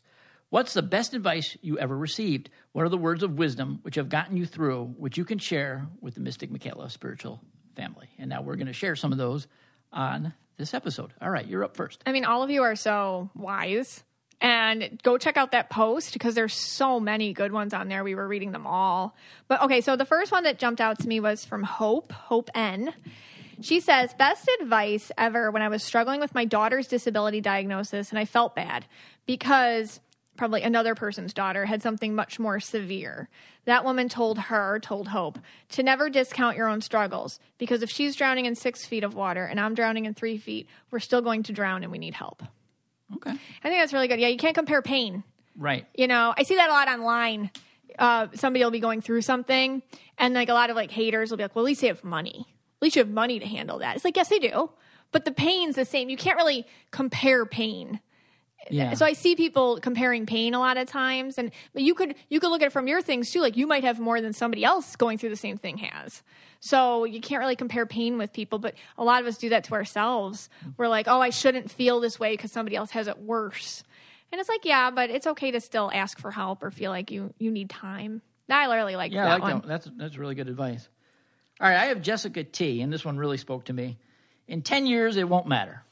B: What's the best advice you ever received? What are the words of wisdom which have gotten you through, which you can share with the Mystic Michaela spiritual family?" And now we're going to share some of those on this episode. All right, you're up first.
A: I mean, all of you are so wise. And go check out that post because there's so many good ones on there. We were reading them all. But okay, so the first one that jumped out to me was from Hope, Hope N. She says, Best advice ever when I was struggling with my daughter's disability diagnosis and I felt bad because probably another person's daughter had something much more severe. That woman told her, told Hope, to never discount your own struggles because if she's drowning in six feet of water and I'm drowning in three feet, we're still going to drown and we need help.
B: Okay.
A: I think that's really good. Yeah, you can't compare pain.
B: Right.
A: You know, I see that a lot online. Uh, somebody will be going through something, and like a lot of like haters will be like, "Well, at least they have money. At least you have money to handle that." It's like, yes, they do, but the pain's the same. You can't really compare pain.
B: Yeah.
A: So I see people comparing pain a lot of times, and but you could you could look at it from your things too. Like you might have more than somebody else going through the same thing has. So you can't really compare pain with people, but a lot of us do that to ourselves.
B: Mm-hmm.
A: We're like, oh, I shouldn't feel this way because somebody else has it worse, and it's like, yeah, but it's okay to still ask for help or feel like you you need time. I really like
B: Yeah,
A: that
B: I like
A: one.
B: that. That's that's really good advice. All right, I have Jessica T, and this one really spoke to me. In ten years, it won't matter.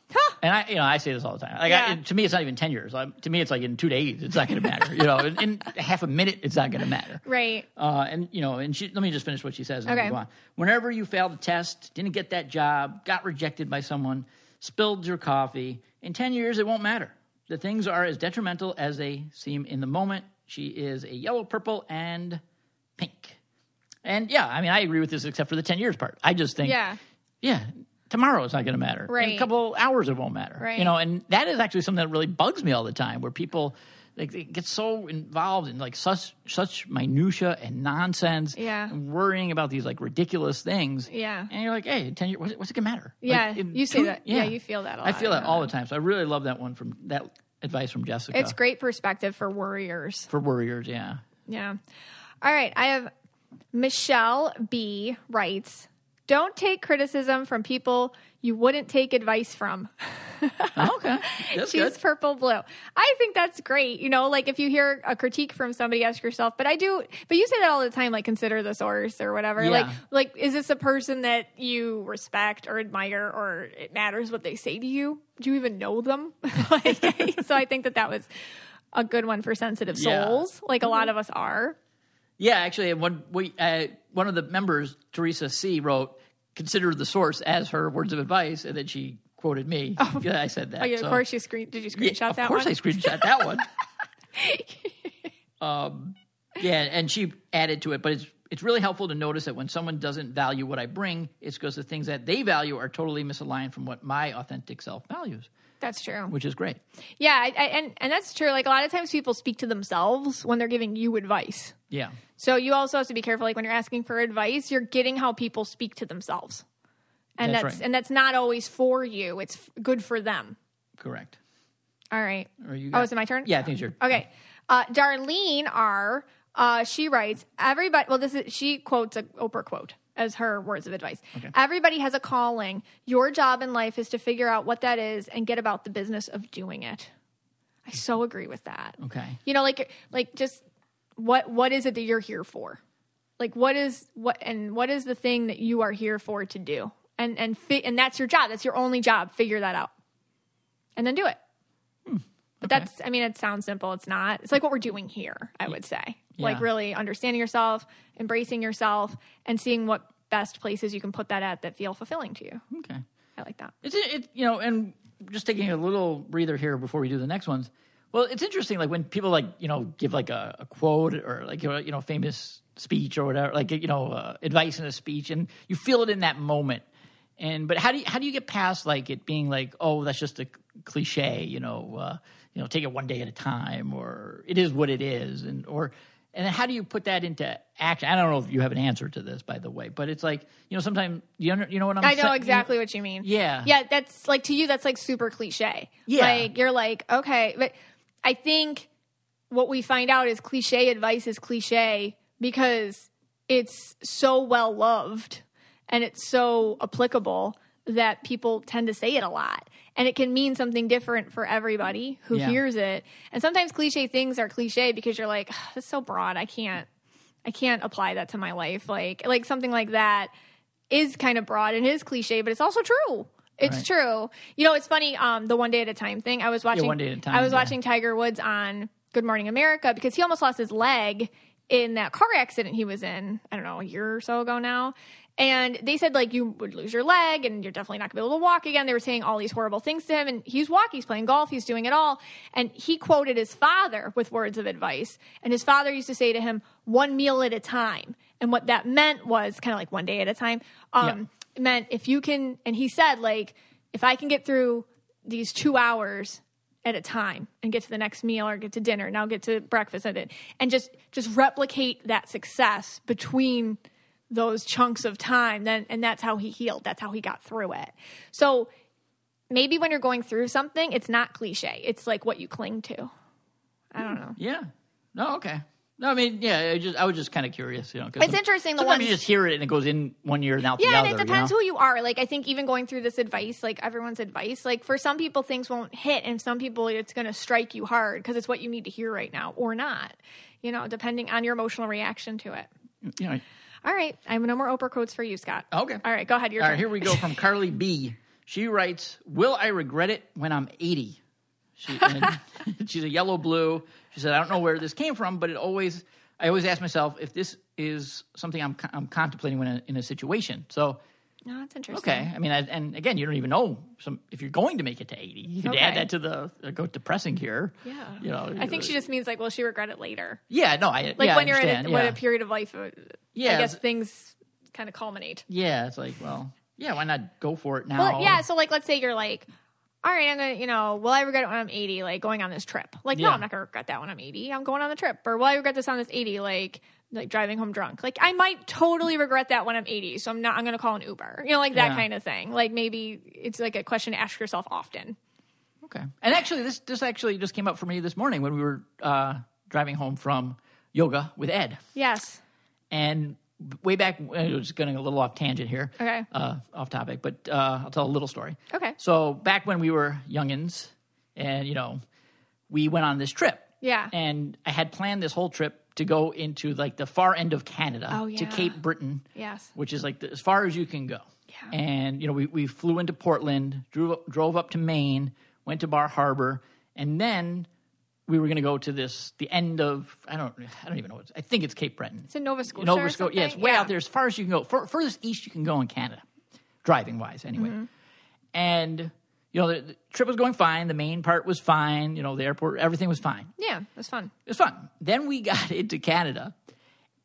B: And I, you know, I say this all the time. Like, I,
A: Yeah.
B: to me, it's not even ten years. I, to me, it's like in two days, it's not going to matter. you know, in, in half a minute, it's not going to matter.
A: Right.
B: Uh, and you know, and she, let me just finish what she says. And then
A: Okay.
B: move on. Whenever you failed the test, didn't get that job, got rejected by someone, spilled your coffee, in ten years it won't matter. The things are as detrimental as they seem in the moment. She is a yellow, purple, and pink. And yeah, I mean, I agree with this except for the ten years part. I just think,
A: Yeah.
B: yeah, tomorrow it's not going to matter. In a
A: Right.
B: couple hours it won't matter.
A: Right.
B: You know, and that is actually something that really bugs me all the time, where people like they get so involved in like such such minutia and nonsense.
A: Yeah.
B: And worrying about these like ridiculous things.
A: Yeah.
B: And you're like, hey, ten years, what's, what's it gonna matter? Like,
A: Yeah,
B: in
A: you say
B: two-
A: that. Yeah, you feel that a
B: I
A: lot,
B: feel that
A: yeah.
B: all the time. So I really love that one from that advice from Jessica.
A: It's great perspective for worriers.
B: for worriers. Yeah.
A: Yeah. All right. I have Michelle B writes, don't take criticism from people you wouldn't take advice from.
B: Oh, Okay. That's
A: She's
B: good.
A: purple blue. I think that's great. You know, like if you hear a critique from somebody, ask yourself, but I do, but you say that all the time, like consider the source or whatever.
B: Yeah.
A: Like, like, is this a person that you respect or admire or it matters what they say to you? Do you even know them? like, so I think that that was a good one for sensitive
B: Yeah.
A: souls. Like a lot of us are.
B: Yeah, actually, one we uh, one of the members, Teresa C, wrote consider the source as her words of advice, and then she quoted me. Yeah, I said that.
C: Oh, yeah,
B: so-
C: of course you screen. Did you
B: Yeah,
C: screenshot
B: of
C: that
B: course
C: one?
B: I screenshot that one. um, yeah, and she added to it, but it's it's really helpful to notice that when someone doesn't value what I bring, it's because the things that they value are totally misaligned from what my authentic self values,
A: That's true.
B: which is great.
A: Yeah, I, I, and and that's true. Like a lot of times, people speak to themselves when they're giving you advice.
B: Yeah,
A: So you also have to be careful. Like when you're asking for advice, you're getting how people speak to themselves, and
B: That's
A: that's,
B: right.
A: and that's not always for you. It's f- good for them.
B: correct.
A: All right.
B: Or you
A: oh,
B: got-
A: is it my turn?
B: Yeah, I think it's your.
C: Oh.
A: Okay. Uh, Darlene R. Uh, she writes, everybody, well, this is, she quotes a Oprah quote as her words of advice. Everybody has a calling. Your job in life is to figure out what that is and get about the business of doing it. I so agree with that.
B: Okay.
A: You know, like, like just what, what is it that you're here for? Like what is what, and what is the thing that you are here for to do? And, and fit, and that's your job. That's your only job. Figure that out and then do it. But
B: Hmm. okay.
A: that's, I mean, it sounds simple. It's not. It's like what we're doing here, I would say. Like
B: Yeah.
A: really understanding yourself, embracing yourself, and seeing what best places you can put that at that feel fulfilling to you.
B: Okay.
A: I like that.
B: It's it you know, and just taking a little breather here before we do the next ones. Well, it's interesting, like when people like you know give like a, a quote or like you know, you know famous speech or whatever, like you know uh, advice in a speech, and you feel it in that moment. And but how do you how do you get past like it being like oh that's just a cliche, you know, uh, you know take it one day at a time, or it is what it is, and or and then how do you put that into action? I don't know if you have an answer to this, by the way, but it's like you know sometimes you under, you know what I'm
A: I know
B: sa-
A: exactly what you mean.
B: Yeah.
A: Yeah, that's like to you, that's like super cliche.
B: Yeah.
A: Like you're like, okay, but I think what we find out is cliche advice is cliche because it's so well loved and it's so applicable that people tend to say it a lot. And it can mean something different for everybody who
B: Yeah.
A: hears it. And sometimes cliche things are cliche because you're like, that's so broad. I can't I can't apply that to my life. Like like something like that is kind of broad and is cliche, but it's also true. It's
B: Right.
A: true. You know, it's funny. Um, the one day at a time thing. I was watching.
B: one day at a time,
A: I was
B: yeah.
A: watching Tiger Woods on Good Morning America because he almost lost his leg in that car accident he was in. I don't know a year or so ago now. And they said like you would lose your leg and you're definitely not gonna be able to walk again. They were saying all these horrible things to him, and he's walking, he's playing golf, he's doing it all. And he quoted his father with words of advice, and his father used to say to him, "One meal at a time." And what that meant was kind of like one day at a time. Um,
B: Yeah.
A: it meant if you can and he said like if i can get through these two hours at a time and get to the next meal or get to dinner now get to breakfast and it and just just replicate that success between those chunks of time then and that's how he healed that's how he got through it so maybe when you're going through something it's not cliche it's like what you cling to i don't know
B: Yeah. No. Okay. No. I mean, yeah. I just I was just kind of curious, you know. 'cause
A: It's
B: some-
A: interesting the
B: Sometimes you
A: ones-
B: just hear it and it goes in one year and out the
A: Yeah,
B: other.
A: and it depends who you are. Like, I think even going through this advice, like everyone's advice, like for some people things won't hit, and some people it's going to strike you hard because it's what you need to hear right now or not. You know, depending on your emotional reaction to it.
B: who. You know.
A: All right, I have no more Oprah quotes for you, Scott.
B: Okay.
A: All right, go ahead. Your
B: All
A: turn.
B: right. Here we go from Carly B. She writes, "Will I regret it when I'm 80?" She, and she's a yellow blue. She said, "I don't know where this came from, but it always I always ask myself if this is something I'm con- I'm contemplating when in a situation." So.
A: No, that's interesting.
B: Okay. I mean, I, and again, you don't even know some, if you're going to make it to 80. You could add
A: Okay.
B: that to the uh, go depressing here.
A: Yeah.
B: You know,
A: I think she just means like, will she regret it later?
B: Yeah, no, I
A: Like
B: yeah,
A: when
B: I
A: you're at
B: understand,
A: a,
B: yeah.
A: what a period of life, uh, I
B: Yeah,
A: guess
B: it's-
A: things kind of culminate.
B: yeah, it's like well, yeah, why not go for it now?
A: Well, yeah. So, like, let's say you're like, all right, I'm gonna, you know, will I regret it when I'm 80, like going on this trip? Like, no,
B: Yeah.
A: I'm not gonna regret that when I'm 80. I'm going on the trip. Or will I regret this on this 80, like, like driving home drunk? Like, I might totally regret that when I'm 80. So I'm not. I'm gonna call an Uber. You know, like that
B: Yeah.
A: kind of thing. Like maybe it's like a question to ask yourself often.
B: Okay. And actually, this this actually just came up for me this morning when we were uh, driving home from yoga with Ed,
A: Yes.
B: and way back, I was getting a little off tangent here.
A: Okay.
B: Uh, off topic, but uh, I'll tell a little story.
A: Okay.
B: So back when we were youngins, and you know, we went on this trip.
A: Yeah.
B: And I had planned this whole trip to go into like the far end of Canada
A: Oh,
B: to
A: yeah.
B: Cape Breton.
A: Yes.
B: Which is like the, as far as you can go. Yeah. And you know, we, we flew into Portland, drove drove up to Maine, went to Bar Harbor, and then we were going to go to this the end of I don't I don't even know what I think it's Cape Breton.
A: It's in Nova Scotia.
B: Nova
A: or
B: Scotia. Yeah, it's
A: something?
B: way out there as far as you can go, fur- furthest east you can go in Canada, driving wise, anyway. And you know, the, the trip was going fine. The main part was fine. You know, the airport, everything was fine.
A: Yeah, that's fun.
B: It was fun. Then we got into Canada,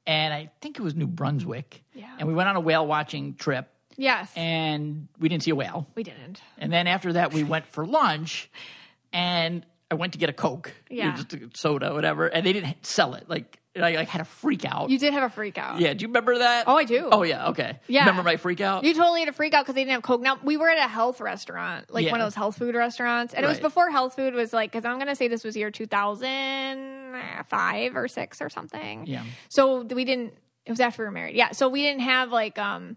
B: and I think it was New Brunswick.
A: Yeah.
B: And we went on a whale watching trip,
A: Yes.
B: and we didn't see a whale.
A: we didn't.
B: And then after that, we went for lunch, and I went to get a Coke, you know,
A: Yeah.
B: just a soda, whatever. And they didn't sell it. Like, and I like had a freak out.
A: You did have a freak out.
B: yeah, do you remember that?
A: Oh, I do.
B: Oh, yeah. Okay.
A: Yeah.
B: Remember my freak out?
A: You totally had a freak out because they didn't have Coke. Now, we were at a health restaurant, like
B: Yeah.
A: one of those health food restaurants. And it was
B: Right.
A: before health food was like, because I'm going to say this was year 2005 or six or something.
B: Yeah.
A: So we didn't, it was after we were married. Yeah. So we didn't have like, um,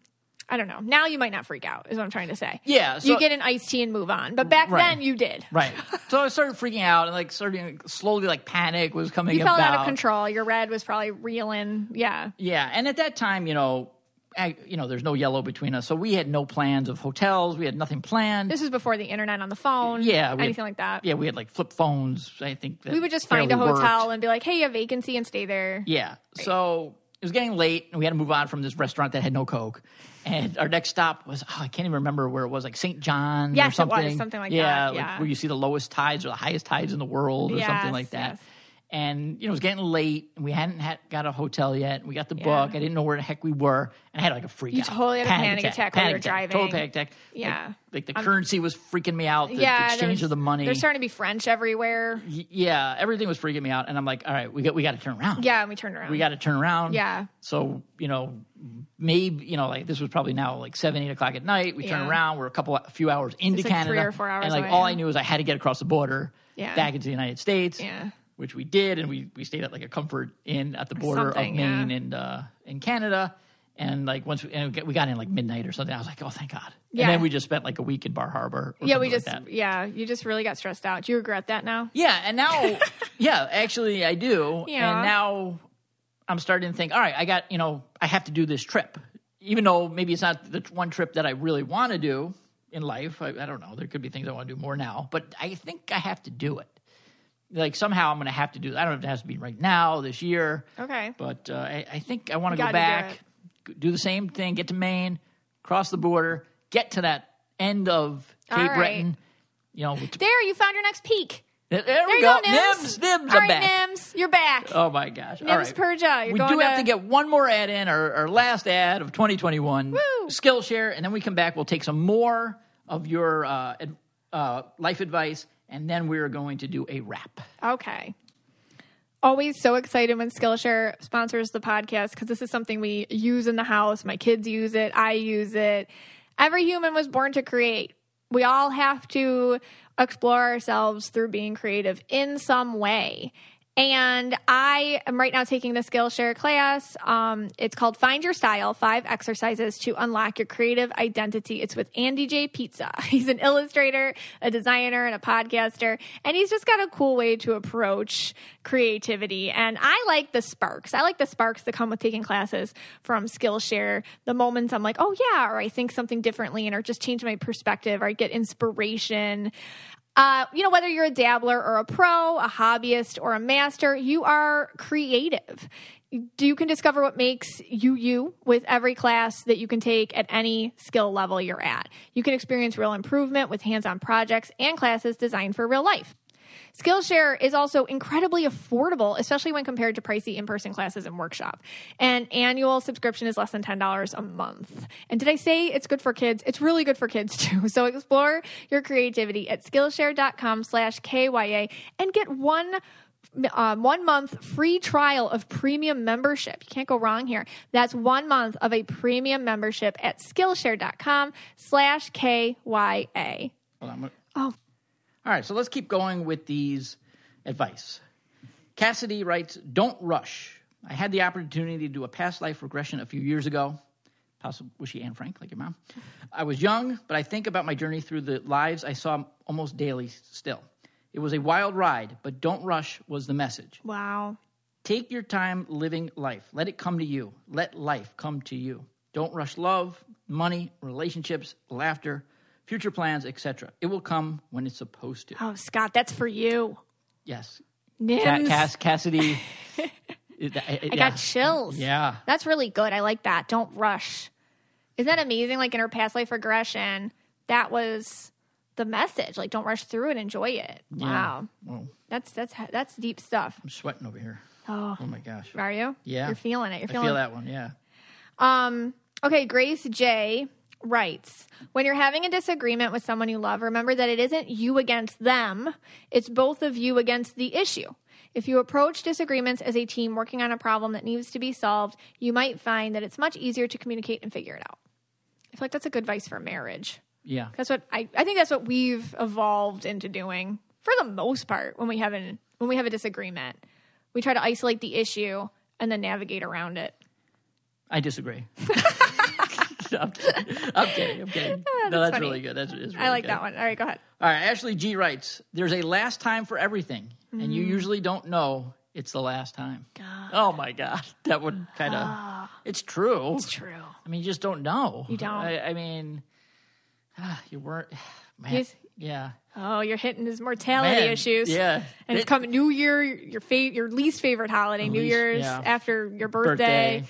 A: I don't know. Now you might not freak out, is what I'm trying to say.
B: Yeah, so-
A: you get an iced tea and move on. But back
B: Right.
A: then you did.
B: Right. So I started freaking out and like starting slowly like panic was coming
A: You felt
B: about.
A: out of control. Your red was probably reeling. Yeah.
B: Yeah, and at that time, you know, I, you know, there's no yellow between us, so we had no plans of hotels. We had nothing planned.
A: This was before the internet on the phone.
B: Yeah, we-
A: Anything like that.
B: yeah, we had like flip phones. I think that
A: We would just find a
B: barely worked.
A: hotel and be like, hey, a vacancy and stay there.
B: Yeah. So it was getting late, and we had to move on from this restaurant that had no Coke. And our next stop was oh, I can't even remember where it was, like St. John's
A: Yes,
B: or
A: it
B: something.
A: was, something like that, yeah.
B: where you see the lowest tides or the highest tides in the world or something
A: Yes,
B: like that.
A: yes.
B: And you know, it was getting late, and we hadn't had, got a hotel yet. We got the
A: Yeah.
B: book. I didn't know where the heck we were, and I had like a freak out.
A: totally had a panic attack while you
B: panic
A: were
B: attack, Total
A: driving.
B: panic attack. Like-
A: Yeah. Um,
B: like, the currency was freaking me out. The, the
A: yeah,
B: exchange
A: there's-
B: of the money.
A: There's starting to be French everywhere.
B: Y- yeah, everything was freaking me out, and I'm like, all right, we got we got to turn around
A: Yeah, and we turned around.
B: we got to turn around.
A: Yeah.
B: So you know, maybe you know, like this was probably now like seven, eight o'clock at night. We turn
A: Yeah.
B: around. We're a couple, a few hours into
A: It's like
B: Canada,
A: three or four hours
B: and like
A: away,
B: all I
A: yeah.
B: knew is I had to get across the border,
A: Yeah.
B: back into the United States.
A: Yeah.
B: Which we did, and we we stayed at like a Comfort Inn at the border of
A: something, yeah.
B: Maine and uh, in Canada. And like once we, and we got- we got in like midnight or something, I was like, oh, thank God.
A: Yeah.
B: And then we just spent like a week in Bar Harbor. or
A: yeah, we
B: something like
A: just
B: that.
A: yeah, you just really got stressed out. Do you regret that now?
B: Yeah, and now, yeah, actually, I do.
A: Yeah.
B: And now I'm starting to think, all right, I got, you know, I have to do this trip. Even though maybe it's not the one trip that I really want to do in life. I, I don't know. There could be things I want to do more now, but I think I have to do it. Like somehow I'm going to have to do I don't know if it has to be right now, this year,
A: Okay.
B: but uh, I, I think I want to
A: You
B: go
A: gotta do
B: back,
A: it.
B: g- do the same thing, get to Maine, cross the border, get to that end of Cape
A: All right.
B: Breton. You know, to-
A: There, you found your next peak.
B: there,
A: There
B: we
A: you
B: go.
A: go, Nims.
B: Nibs, Nibs
A: All
B: are
A: right,
B: back.
A: Nims, you're back.
B: Oh my gosh. All
A: Nims
B: right.
A: Perja, you're
B: we
A: going
B: do have
A: to-
B: to get one more ad in, our, our last ad of 2021
A: Woo.
B: Skillshare, and then we come back. We'll take some more of your uh, ad, uh, life advice, and then we're going to do a wrap.
A: Okay. Always so excited when Skillshare sponsors the podcast because this is something we use in the house. My kids use it. I use it. Every human was born to create. We all have to explore ourselves through being creative in some way. And I am right now taking the Skillshare class. Um, it's called Find Your Style Five Exercises to Unlock Your Creative Identity. It's with Andy J. Pizza. He's an illustrator, a designer, and a podcaster. And he's just got a cool way to approach creativity. And I like the sparks. I like the sparks that come with taking classes from Skillshare. The moments I'm like, oh, yeah, or I think something differently, and or just change my perspective, or I get inspiration. Uh, you know, whether you're a dabbler or a pro, a hobbyist or a master, you are creative. You can discover what makes you you with every class that you can take at any skill level you're at. You can experience real improvement with hands on projects and classes designed for real life. Skillshare is also incredibly affordable, especially when compared to pricey in-person classes and workshop. An annual subscription is less than $10 a month. And did I say it's good for kids? It's really good for kids too. So explore your creativity at Skillshare.com slash KYA and get one um, one month free trial of premium membership. You can't go wrong here. That's one month of a premium membership at Skillshare.com slash KYA.
B: Hold on.
A: Oh.
B: All right, so let's keep going with these advice. Cassidy writes, "Don't rush. I had the opportunity to do a past life regression a few years ago. Possible was she Anne Frank, like your mom? I was young, but I think about my journey through the lives I saw almost daily. Still, it was a wild ride, but don't rush was the message.
A: Wow.
B: Take your time living life. Let it come to you. Let life come to you. Don't rush love, money, relationships, laughter, future plans, etc. It will come when it's supposed to.
A: Oh, Scott, that's for you.
B: Yes.
A: Nims.
B: Ca- Cass- Cassidy. It- it-
A: I
B: yeah.
A: got chills.
B: Yeah.
A: That's really good. I like that. Don't rush. Isn't that amazing? Like in her past life regression, that was the message. Like, don't rush through it. Enjoy it. Wow,
B: Whoa,
A: that's that's that's deep stuff.
B: I'm sweating over here.
A: Oh,
B: Oh my gosh.
A: Mario,
B: Yeah.
A: you're feeling it. You're
B: I
A: feeling.
B: feel that one. Yeah.
A: Um, okay, Grace J writes When you're having a disagreement with someone you love, remember that it isn't you against them, it's both of you against the issue. If you approach disagreements as a team working on a problem that needs to be solved, you might find that it's much easier to communicate and figure it out. I feel like that's a good advice for marriage.
B: Yeah.
A: That's what I, I think that's what we've evolved into doing for the most part when we have an when we have a disagreement. We try to isolate the issue and then navigate around it.
B: I disagree. I'm kidding. I'm kidding. I'm kidding. no,
A: Oh, that's
B: that's
A: funny.
B: really good. That's, it's really
A: I like
B: good.
A: that one. All right, go ahead.
B: All right. Ashley G writes There's a last time for everything, and
A: Mm.
B: you usually don't know it's the last time. Oh my God. That would kind of. It's true.
A: True.
B: I mean, you just don't know. You
A: Ah. don't.
B: I, I mean, ah, you weren't. Man,
A: Yes.
B: yeah.
A: Oh, you're hitting his mortality
B: Man,
A: issues.
B: Yeah.
A: And it's
B: It-
A: coming New Year, your fa- your least favorite holiday, New
B: least-
A: Year's
B: yeah.
A: after your birthday.
B: birthday.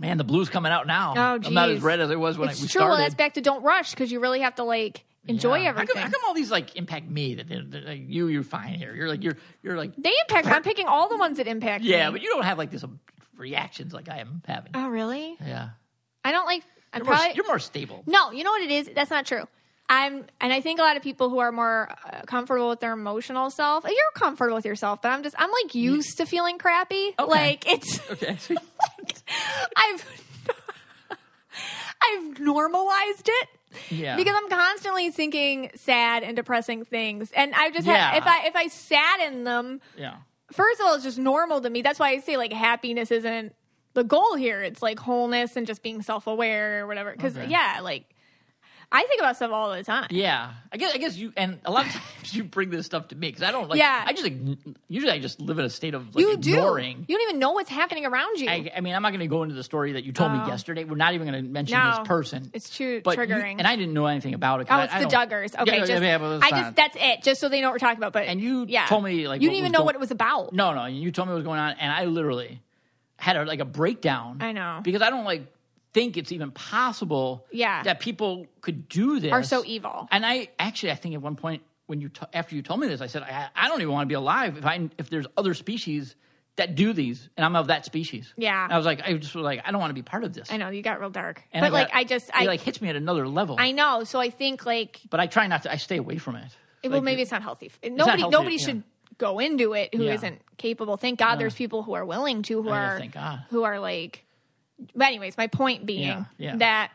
B: Man, the blues coming out now.
A: Oh,
B: I'm not as
A: geez.
B: red as it was when I,
A: It's
B: we
A: true.
B: started.
A: Well, that's back to don't rush because you really have to like enjoy
B: Yeah. How come-
A: everything.
B: How come, all these like impact me? That they're, they're like you, you're fine here. You're like you're you're like
A: they impact. I'm picking all the ones that impact.
B: yeah,
A: me.
B: but you don't have like this um, reactions like I am having.
A: oh really?
B: Yeah,
A: I don't like. I'm
B: you're more,
A: probably
B: you're more stable.
A: no. You know what it is? That's not true. I'm, and I think a lot of people who are more uh, comfortable with their emotional self. You're comfortable with yourself, but I'm just, I'm like used to feeling crappy. Like it's.
B: Okay,
A: I've I've normalized it.
B: Yeah.
A: Because I'm constantly thinking sad and depressing things. And I just
B: Yeah.
A: have, if I if I sat in them,
B: yeah,
A: first of all, it's just normal to me. That's why I say like happiness isn't the goal here. It's like wholeness and just being self aware or whatever. Because
B: Okay.
A: yeah, like I think about stuff all the time.
B: yeah. I guess I guess you and a lot of times you bring this stuff to me because I don't like.
A: Yeah.
B: I just ign- usually I just live in a state of like
A: you
B: ignoring.
A: do. You don't even know what's happening around you.
B: I, I mean, I'm not going to go into the story that you told me
A: Oh.
B: yesterday. We're not even going to mention
A: No.
B: this person.
A: It's too
B: But you-
A: triggering.
B: and I didn't know anything about it. 'cause
A: Oh,
B: I-
A: it's
B: I
A: the
B: don't-
A: Duggars.
B: Yeah,
A: Okay,
B: yeah,
A: just,
B: yeah, but it's
A: I
B: not-
A: just that's it. Just so they know what we're talking about. But
B: And you
A: yeah.
B: told me, like,
A: you
B: what
A: didn't even
B: was
A: know
B: go-
A: what it was about.
B: No, no. You told me what was going on, and I literally had a, like a breakdown.
A: I know.
B: because I don't like think it's even possible.
A: Yeah.
B: that people could do this
A: Are so evil.
B: And I actually, I think at one point when you t- after you told me this, I said I, I don't even want to be alive if I if there's other species that do these, and I'm of that species.
A: Yeah.
B: And I was like, I just was like, I don't want to be part of this.
A: I know you got real dark,
B: And
A: but
B: got-
A: like I just I
B: it like hits me at another level.
A: I know. So I think like
B: but I try not to. I stay away from it.
A: well
B: Like,
A: maybe it's not healthy. Nobody
B: healthy,
A: nobody
B: yeah.
A: should go into it who
B: Yeah.
A: not capable. Thank God there's people who are willing to who
B: yeah,
A: are
B: thank God.
A: who are like. But anyways, my point being
B: Yeah, yeah.
A: that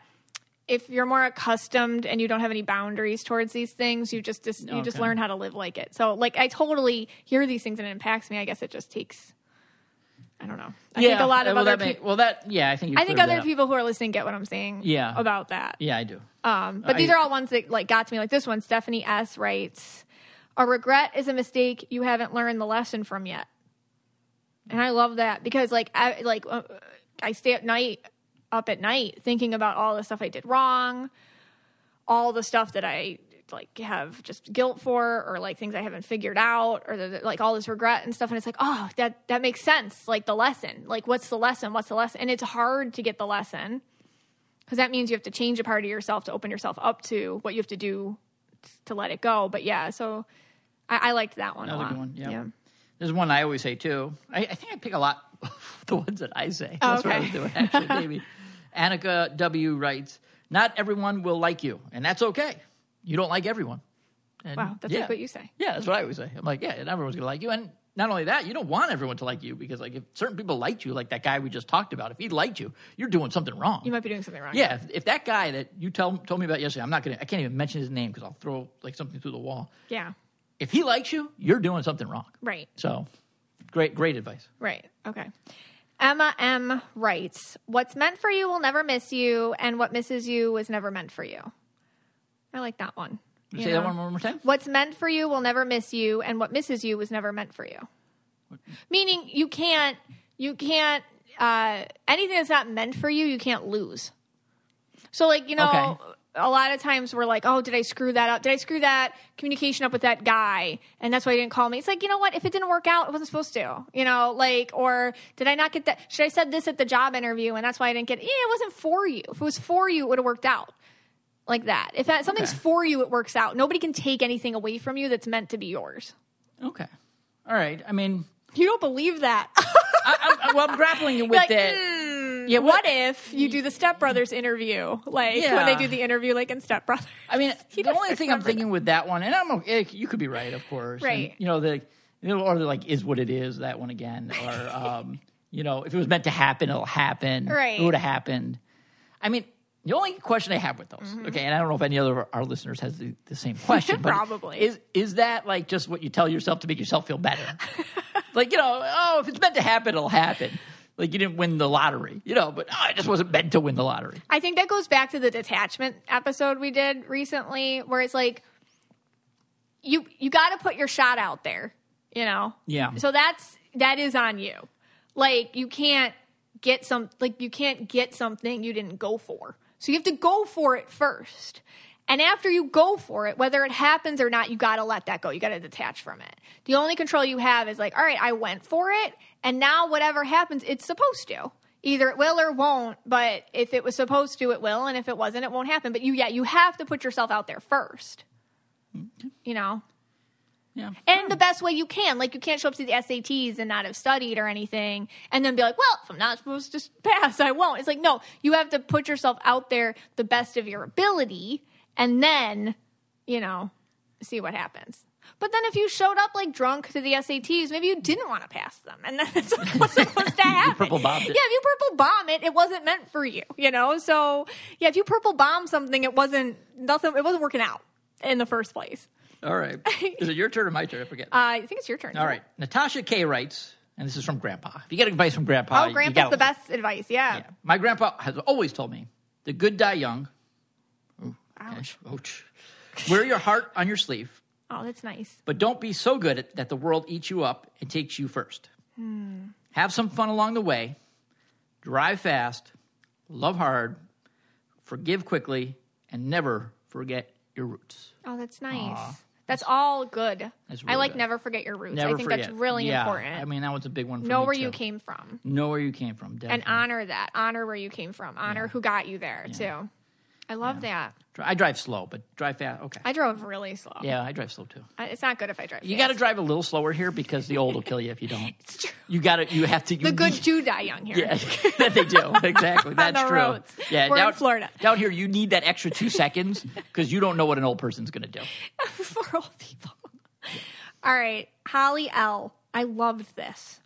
A: if you're more accustomed and you don't have any boundaries towards these things, you just, just you just
B: Okay.
A: learn how to live like it. So like I totally hear these things and it impacts me. I guess it just takes. I don't know. I think a lot of
B: well,
A: other
B: that may-
A: people.
B: well, that yeah, I think you
A: I think
B: cleared
A: other
B: that up.
A: people who are listening get what I'm saying.
B: Yeah.
A: About that.
B: Yeah, I do.
A: Um, but
B: I-
A: these are all ones that like got to me. Like this one, Stephanie S writes, "A regret is a mistake you haven't learned the lesson from yet," and I love that because like I like uh, I stay at night up at night thinking about all the stuff I did wrong, all the stuff that I like have just guilt for or like things I haven't figured out or the, like all this regret and stuff and it's like oh that that makes sense like the lesson like what's the lesson what's the lesson and it's hard to get the lesson because that means you have to change a part of yourself to open yourself up to what you have to do to let it go. But yeah, so I, I liked that one.
B: That
A: a
B: was a
A: lot.
B: good one. Yeah. There's one I always say too. I, I think I pick a lot of the ones that I say.
A: Oh,
B: That's what I
A: okay.
B: was doing, actually, maybe. Annika W. writes, Not everyone will like you, and that's okay. You don't like everyone. And
A: Wow, that's
B: yeah.
A: like what you say.
B: Yeah, that's what I always say. I'm like, yeah, and everyone's gonna like you. And not only that, you don't want everyone to like you because like if certain people liked you, like that guy we just talked about, if he liked you, you're doing something wrong.
A: You might be doing something wrong.
B: Yeah, if, if that guy that you tell, told me about yesterday, I'm not gonna, I can't even mention his name because I'll throw like something through the wall.
A: Yeah.
B: If he likes you, you're doing something wrong.
A: Right.
B: So, great, great advice.
A: Right. Okay. Emma M writes, What's meant for you will never miss you, and what misses you was never meant for you. I like that one. You
B: Say
A: know?
B: that one more time.
A: What's meant for you will never miss you, and what misses you was never meant for you. Meaning you can't you can't uh, anything that's not meant for you, you can't lose. So like, you know,
B: Okay.
A: a lot of times we're like, Oh, did I screw that up? Did I screw that communication up with that guy? And that's why he didn't call me. It's like, you know what, if it didn't work out, it wasn't supposed to. You know, like or did I not get that should I said this at the job interview and that's why I didn't get it? Yeah, it wasn't for you. If it was for you, it would have worked out. like that. If that, something's
B: Okay.
A: for you, it works out. Nobody can take anything away from you that's meant to be yours.
B: Okay. All right. I mean,
A: You don't believe that.
B: I, I'm, well, I'm grappling with
A: Like, "Hmm,
B: that. yeah.
A: what if you do the Step Brothers interview, like when they
B: Yeah.
A: do the interview, like in Step Brothers?
B: I mean,
A: He
B: the
A: doesn't
B: only thing I'm
A: remember that.
B: thinking with that one, and I'm okay, you could be right, of course. and,
A: Right.
B: you know, the you know, or the like is what it is that one again, or um, you know, if it was meant to happen, it'll happen.
A: Right.
B: It would have happened. I mean, the only question I have with those,
A: Mm-hmm.
B: okay, and I don't know if any other of our listeners has the, the same question, but
A: Probably.
B: is is that like just what you tell yourself to make yourself feel better? like you know, oh, if it's meant to happen, it'll happen. Like you didn't win the lottery, you know, but oh, it just wasn't meant to win the lottery.
A: I think that goes back to the detachment episode we did recently, where it's like you you got to put your shot out there, you know.
B: Yeah.
A: So that's that is on you. Like you can't get some like you can't get something you didn't go for. So you have to go for it first. And after you go for it, whether it happens or not, you got to let that go. You got to detach from it. The only control you have is like, all right, I went for it, and now whatever happens, it's supposed to. Either it will or won't, but if it was supposed to, it will, and if it wasn't, it won't happen. But you yeah, you have to put yourself out there first. You know?
B: Yeah.
A: and the best way you can. Like you can't show up to the SATs and not have studied or anything, and then be like, "Well, if I'm not supposed to pass, I won't." It's like no, you have to put yourself out there the best of your ability, and then you know see what happens. But then if you showed up like drunk to the SATs, maybe you didn't want to pass them, and then it's like what's supposed to happen.
B: purple bombed it.
A: Yeah, if you purple bomb it, it wasn't meant for you. You know, so yeah, if you purple bomb something, it wasn't nothing. It wasn't working out in the first place.
B: All right. Is it your turn or my turn? I forget.
A: Uh, I think it's your turn.
B: All right. Natasha K writes, and this is from Grandpa. If you get advice from Grandpa,
A: oh,
B: you
A: grandpa's
B: gotta-
A: the best advice. Yeah.
B: Yeah. My grandpa has always told me the good die young.
A: Ouch.
B: Ouch. Wear your heart on your sleeve,
A: Oh, that's nice.
B: but don't be so good at, that the world eats you up and takes you first.
A: Hmm.
B: Have some fun along the way. Drive fast. Love hard. Forgive quickly. And never forget your roots.
A: Oh, that's nice. That's all good.
B: That's
A: I
B: really
A: like
B: good.
A: never forget your roots.
B: Never
A: I think
B: forget.
A: that's really
B: Yeah.
A: important.
B: I mean, that was a big one for
A: know
B: me,
A: where you
B: too. Mm-hmm.
A: came from
B: Know where you came from.
A: and
B: definitely.
A: honor that. Honor where you came from. Honor who got you there, too. I love that.
B: Dri- I drive slow, but drive fast. Okay.
A: I drove really slow.
B: yeah, I drive slow too.
A: I- It's not good if I drive.
B: You
A: fast.
B: got to drive a little slower here because the old will kill you if you don't.
A: It's true.
B: You got to. You have to. You
A: The good
B: need-
A: do die young here.
B: Yeah, that they do exactly. That's
A: the
B: true.
A: roads.
B: Yeah,
A: We're in
B: down,
A: Florida.
B: Down here, you need that extra two seconds because you don't know what an old person's going to do.
A: for old people. All right, Holly L. I loved this.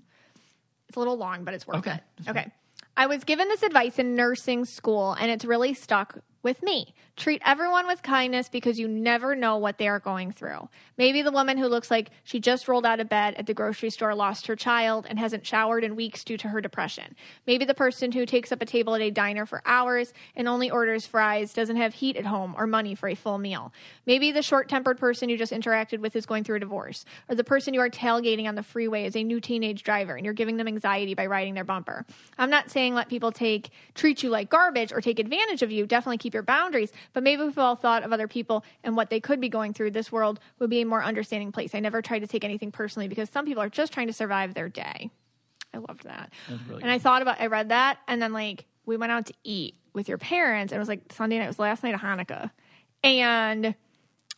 A: It's a little long, but it's worth
B: Okay,
A: it. Okay. I was given this advice in nursing school, and it's really stuck with me. Treat everyone with kindness because you never know what they are going through. Maybe the woman who looks like she just rolled out of bed at the grocery store lost her child and hasn't showered in weeks due to her depression. Maybe the person who takes up a table at a diner for hours and only orders fries doesn't have heat at home or money for a full meal. Maybe the short tempered person you just interacted with is going through a divorce, or the person you are tailgating on the freeway is a new teenage driver and you're giving them anxiety by riding their bumper. I'm not saying let people take treat you like garbage or take advantage of you. Definitely keep your boundaries, but maybe if we all thought of other people and what they could be going through, this world would be a more understanding place. I never try to take anything personally because some people are just trying to survive their day. I loved that.
B: really
A: and I thought about I read that and then like we went out to eat with your parents and it was like Sunday night it was the last night of Hanukkah. And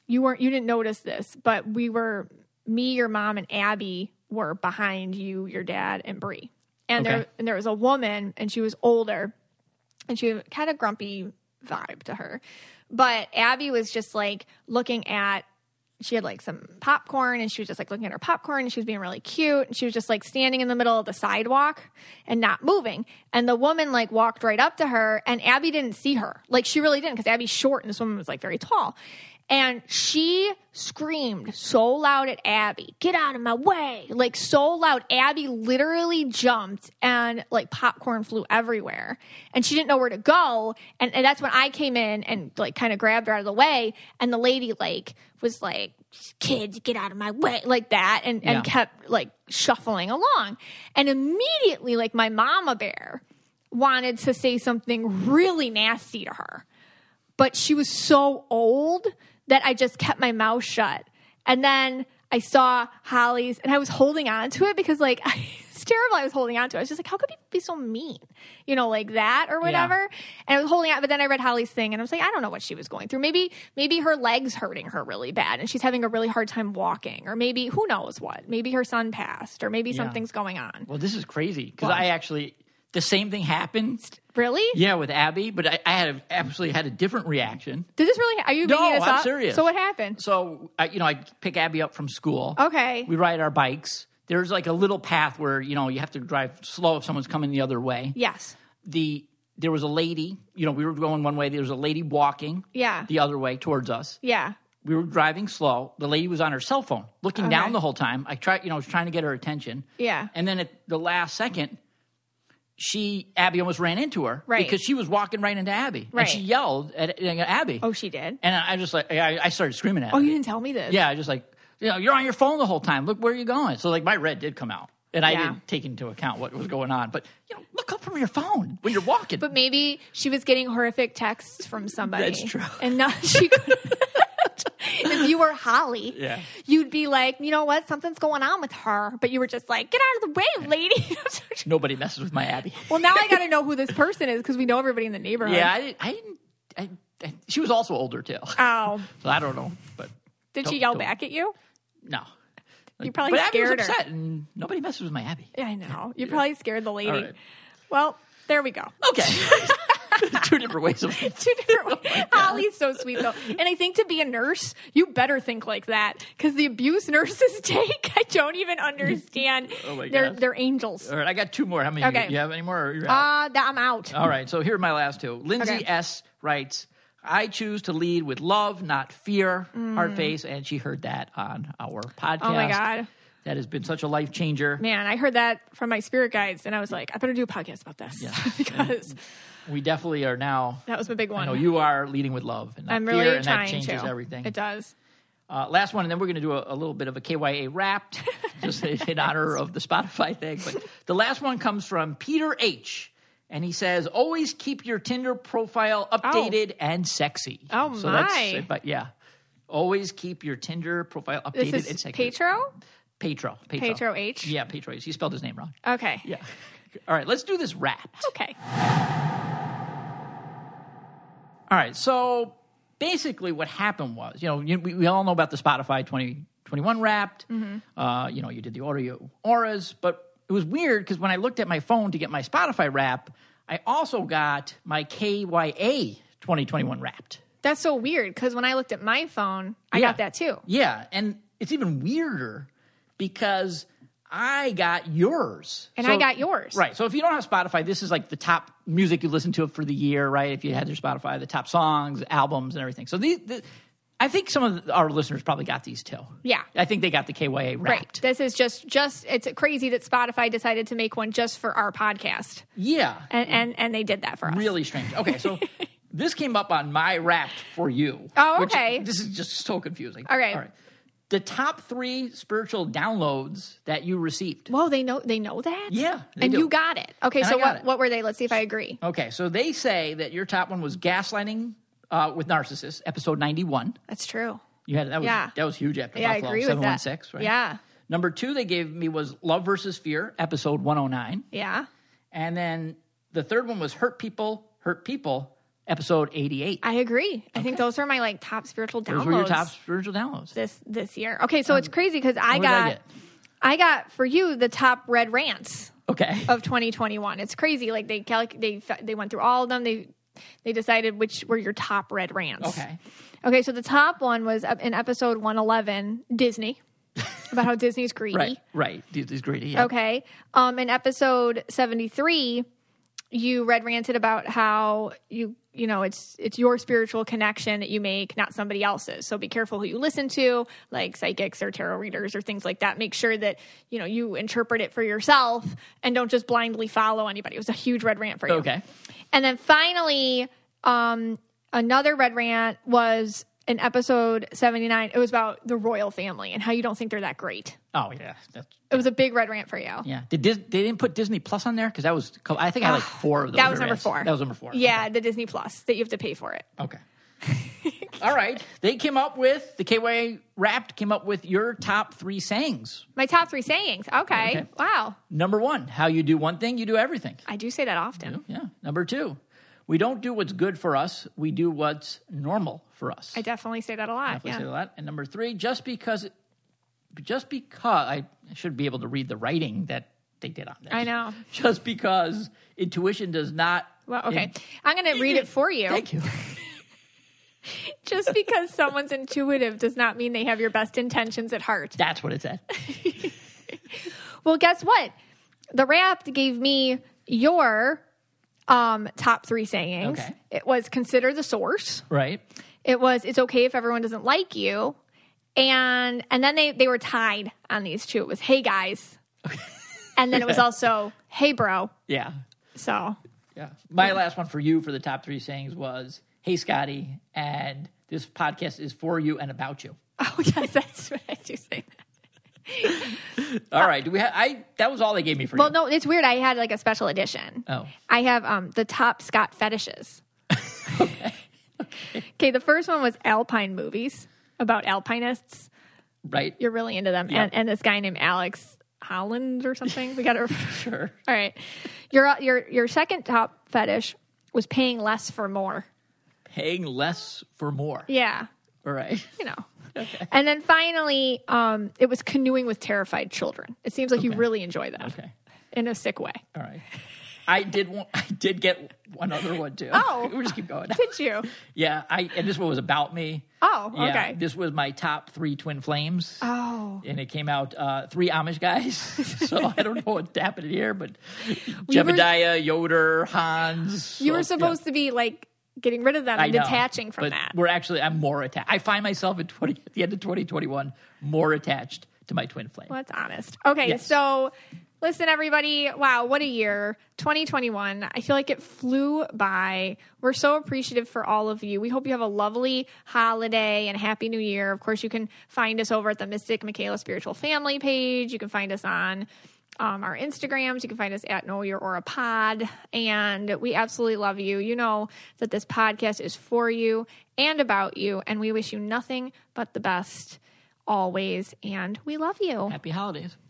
A: you weren't you didn't notice this, but we were me, your mom and Abby were behind you, your dad and Bree. And there
B: Okay.
A: and there was a woman and she was older and she had a grumpy vibe to her. But Abby was just like looking at she had like some popcorn and she was just like looking at her popcorn and she was being really cute and she was just like standing in the middle of the sidewalk and not moving and the woman like walked right up to her and abby didn't see her like she really didn't because abby's short and this woman was like very tall and she screamed so loud at abby get out of my way like so loud abby literally jumped and like popcorn flew everywhere and she didn't know where to go and, and that's when i came in and like kind of grabbed her out of the way and the lady like was like kids get out of my way like that and, and
B: Yeah.
A: kept like shuffling along and immediately like my mama bear wanted to say something really nasty to her but she was so old that I just kept my mouth shut. And then I saw Holly's and I was holding on to it because like I was terrible. I was holding on to. I was just like, how could people be so mean? You know, like that or whatever. And I was holding out, but then I read Holly's thing, and I was like, I don't know what she was going through. Maybe, maybe her legs hurting her really bad, and she's having a really hard time walking, or maybe who knows what. Maybe her son passed, or maybe something's going on.
B: Well, this is crazy because I actually the same thing happened.
A: Really?
B: Yeah, with Abby, but I, I had a, absolutely had a different reaction.
A: Did this really? Are you
B: No,
A: making this
B: I'm
A: up?
B: serious.
A: So what happened?
B: So I, you know, I pick Abby up from school.
A: Okay.
B: We ride our bikes. There's like a little path where you know you have to drive slow if someone's coming the other way.
A: yes.
B: The there was a lady. You know, we were going one way. There was a lady walking
A: Yeah.
B: the other way towards us.
A: Yeah.
B: we were driving slow. The lady was on her cell phone, looking down the whole time. I tried, you know, I was trying to get her attention.
A: Yeah.
B: And then at the last second, she Abby almost ran into her
A: Right.
B: because she was walking right into Abby,
A: Right.
B: and she yelled at, at Abby.
A: Oh, she did.
B: And I I just like I, I started screaming at
A: Oh,
B: her.
A: you didn't tell me this.
B: Yeah, I just like you know you're on your phone the whole time. Look where you're going. So like my red did come out, and I
A: Yeah.
B: didn't take into account what was going on. But you know, look up from your phone when you're walking.
A: But maybe she was getting horrific texts from somebody.
B: That's true.
A: And not she could. if you were Holly,
B: Yeah.
A: you'd be like, you know what, something's going on with her. But you were just like, get out of the way, lady.
B: Nobody messes with my Abby.
A: well, now I got to know who this person is because we know everybody in the neighborhood.
B: Yeah, I didn't. I didn't I, I, she was also older too.
A: Oh,
B: So I don't know, but
A: did she
B: Don't-
A: yell
B: don't.
A: back at you?
B: no.
A: You probably
B: but
A: scared
B: Abby was
A: her.
B: upset, and nobody messes with my Abby.
A: Yeah, I know. You probably scared the lady.
B: All right.
A: Well, there we go.
B: Okay, two different ways of.
A: Two different
B: Oh
A: ways. Holly's so sweet though, and I think to be a nurse, you better think like that because the abuse nurses take, I don't even understand.
B: Oh my Uh,
A: they're
B: gosh.
A: they're angels.
B: All right, I got two more. How many?
A: Okay.
B: You, you have any more? Or you're out?
A: Uh, that I'm out.
B: All right, so here are my last two. Lindsay
A: Okay.
B: S writes, "I choose to lead with love, not fear." Hard face, and she heard that on our podcast.
A: Mm. oh my god,
B: that has been such a life changer.
A: man! I heard that from my spirit guides, and I was like, I better do a podcast about this because
B: We definitely are now.
A: that was my big
B: I
A: one.
B: know you are leading with love, and not
A: I'm
B: fear,
A: really
B: and that
A: trying
B: changes
A: to.
B: everything.
A: It does.
B: Uh, last one, and then we're going to do a, a little bit of a KYA wrapped, just in in honor of the Spotify thing. But the last one comes from Peter H. And he says, always keep your Tinder profile updated and sexy.
A: Oh,
B: so that's-
A: my.
B: but yeah. Always keep your Tinder profile updated
A: This
B: and
A: is
B: sexy.
A: Petro.
B: Petro. Petro.
A: Petro H?
B: Yeah, Petro H. He spelled his name wrong.
A: Okay.
B: Yeah. All right, let's do this wrapped.
A: Okay.
B: All right. So basically, what happened was, you know, you, we, we all know about the Spotify 2021 Wrapped. Uh, you know, you did the audio auras, but it was weird because when I looked at my phone to get my Spotify Wrap, I also got my KYA 2021 Wrapped.
A: That's so weird because when I looked at my phone, I
B: Yeah.
A: got that too.
B: Yeah, and it's even weirder because I got yours
A: And I got yours.
B: Right. So if you don't have Spotify, this is like the top music you listen to for the year, right? If you had your Spotify, the top songs, albums, and everything. So these, the, I think some of our listeners probably got these too.
A: Yeah.
B: I think they got the KYA wrapped.
A: Right. This is just just it's crazy that Spotify decided to make one just for our podcast.
B: Yeah.
A: And and and they did that for us.
B: Mm-hmm. Really strange. Okay, so this came up on my wrapped for you.
A: Oh,
B: which-
A: okay.
B: this is just so confusing.
A: All right.
B: The top three spiritual downloads that you received.
A: Whoa, they know they know that?
B: Yeah, they
A: And
B: do.
A: you got it. Okay,
B: And I
A: so
B: got
A: what
B: it. Oh.
A: what were they? Let's see if I agree.
B: Okay, so they say that your top one was gaslighting uh, with narcissists, episode ninety-one.
A: That's true.
B: You had that was
A: Yeah.
B: that was huge after
A: Yeah, I
B: Buffalo
A: agree with
B: seven one
A: that.
B: six, right?
A: Yeah.
B: Number two they gave me was love versus fear, episode one hundred nine,
A: Yeah.
B: and then the third one was hurt people, hurt people, episode eighty-eight.
A: I agree. I think those are my like top spiritual downloads
B: Those were your top spiritual downloads.
A: this this year. Okay, so it's crazy because I
B: what did I
A: got
B: get?
A: I got for you the top red rants.
B: Okay.
A: of 2021. It's crazy. Like they calc- they they went through all of them. They they decided which were your top red rants.
B: Okay.
A: Okay. So the top one was up in episode 111, Disney, about how Disney's greedy.
B: Right. Right. Dude, he's greedy. Yeah.
A: Okay. Um, in episode 73, you red ranted about how you you know it's it's your spiritual connection that you make not somebody else's so be careful who you listen to like psychics or tarot readers or things like that make sure that you know you interpret it for yourself and don't just blindly follow anybody it was a huge red rant for you
B: Okay.
A: and then finally, um, another red rant was in episode 79. It was about the royal family and how you don't think they're that great.
B: Oh yeah. That's
A: It was a big red rant for you.
B: yeah. Did Dis- they didn't put Disney Plus on there because that was I think I had like four of those.
A: Ah, That was number
B: rants.
A: four.
B: That was number four.
A: Yeah, the Disney Plus that you have to pay for it.
B: Okay. All right. They came up with the KY Wrapped came up with your top three sayings.
A: My top three sayings. Okay.
B: Okay.
A: Wow.
B: Number one, how you do one thing, you do everything.
A: I do say that often.
B: Yeah. Number two, we don't do what's good for us, we do what's normal for us.
A: I definitely say that a lot.
B: Definitely say
A: yeah.
B: that a lot. And number three, just because, just because I I should be able to read the writing that they did on there.
A: I know.
B: Just because intuition does not.
A: Well, okay. I'm going to read it for you.
B: Thank you.
A: Just because someone's intuitive does not mean they have your best intentions at heart.
B: That's what it said.
A: Well, guess what? The Wrapped gave me your um, top three sayings.
B: Okay.
A: It was consider the source.
B: Right.
A: It was it's okay if everyone doesn't like you, and and then they they were tied on these two. It was hey guys, and then it was also hey bro.
B: Yeah.
A: So
B: Yeah. My last one for you for the top three sayings was, "Hey Scotty," and this podcast is for you and about you.
A: oh yes, that's what I do say.
B: All right. Do we have? I that was all they gave me for
A: Well,
B: you.
A: no, it's weird. I had like a special edition.
B: Oh.
A: I have um, the top Scott fetishes. okay. the first one was Alpine movies about alpinists.
B: Right.
A: You're really into them.
B: Yeah.
A: And, and this guy named Alex Holland or something. We got to.
B: sure.
A: All right. Your, your, your second top fetish was paying less for more.
B: Paying less for more.
A: Yeah.
B: All right.
A: You know. And then finally, um, it was canoeing with terrified children. It seems like you really enjoy that
B: Okay.
A: in a sick way.
B: All right. I did want, I did get one other one too.
A: Oh.
B: we'll just keep going.
A: Did you?
B: Yeah, I and this one was about me.
A: Oh,
B: Yeah,
A: okay.
B: This was my top three twin flames.
A: Oh.
B: And it came out uh, three Amish guys. so I don't know what happened here, but
A: You were-
B: Jebediah, Yoder, Hans.
A: You
B: so,
A: were supposed to be like getting rid of them
B: yeah, I
A: and
B: know,
A: detaching from
B: but
A: that.
B: We're actually I'm more attached. I find myself at twenty at the end of twenty twenty one more attached to my twin flame.
A: Let's honest. Okay,
B: Yes.
A: so listen, everybody. Wow, what a year. 2021. I feel like it flew by. We're so appreciative for all of you. We hope you have a lovely holiday and happy new year. Of course, you can find us over at the Mystic Michaela Spiritual Family page. You can find us on um, our Instagrams. You can find us at Know Your Aura Pod. And we absolutely love you. You know that this podcast is for you and about you. And we wish you nothing but the best always. And we love you.
B: Happy holidays.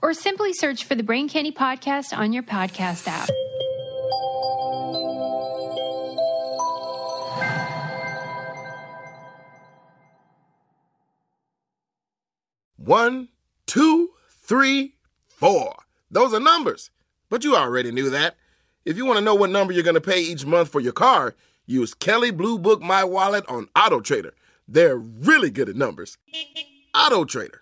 D: Or simply search for the Brain Candy Podcast on your podcast app.
E: One, two, three, four. Those are numbers. But you already knew that. If you want to know what number you're going to pay each month for your car, use Kelly Blue Book My Wallet on Auto Trader. They're really good at numbers. Auto Trader.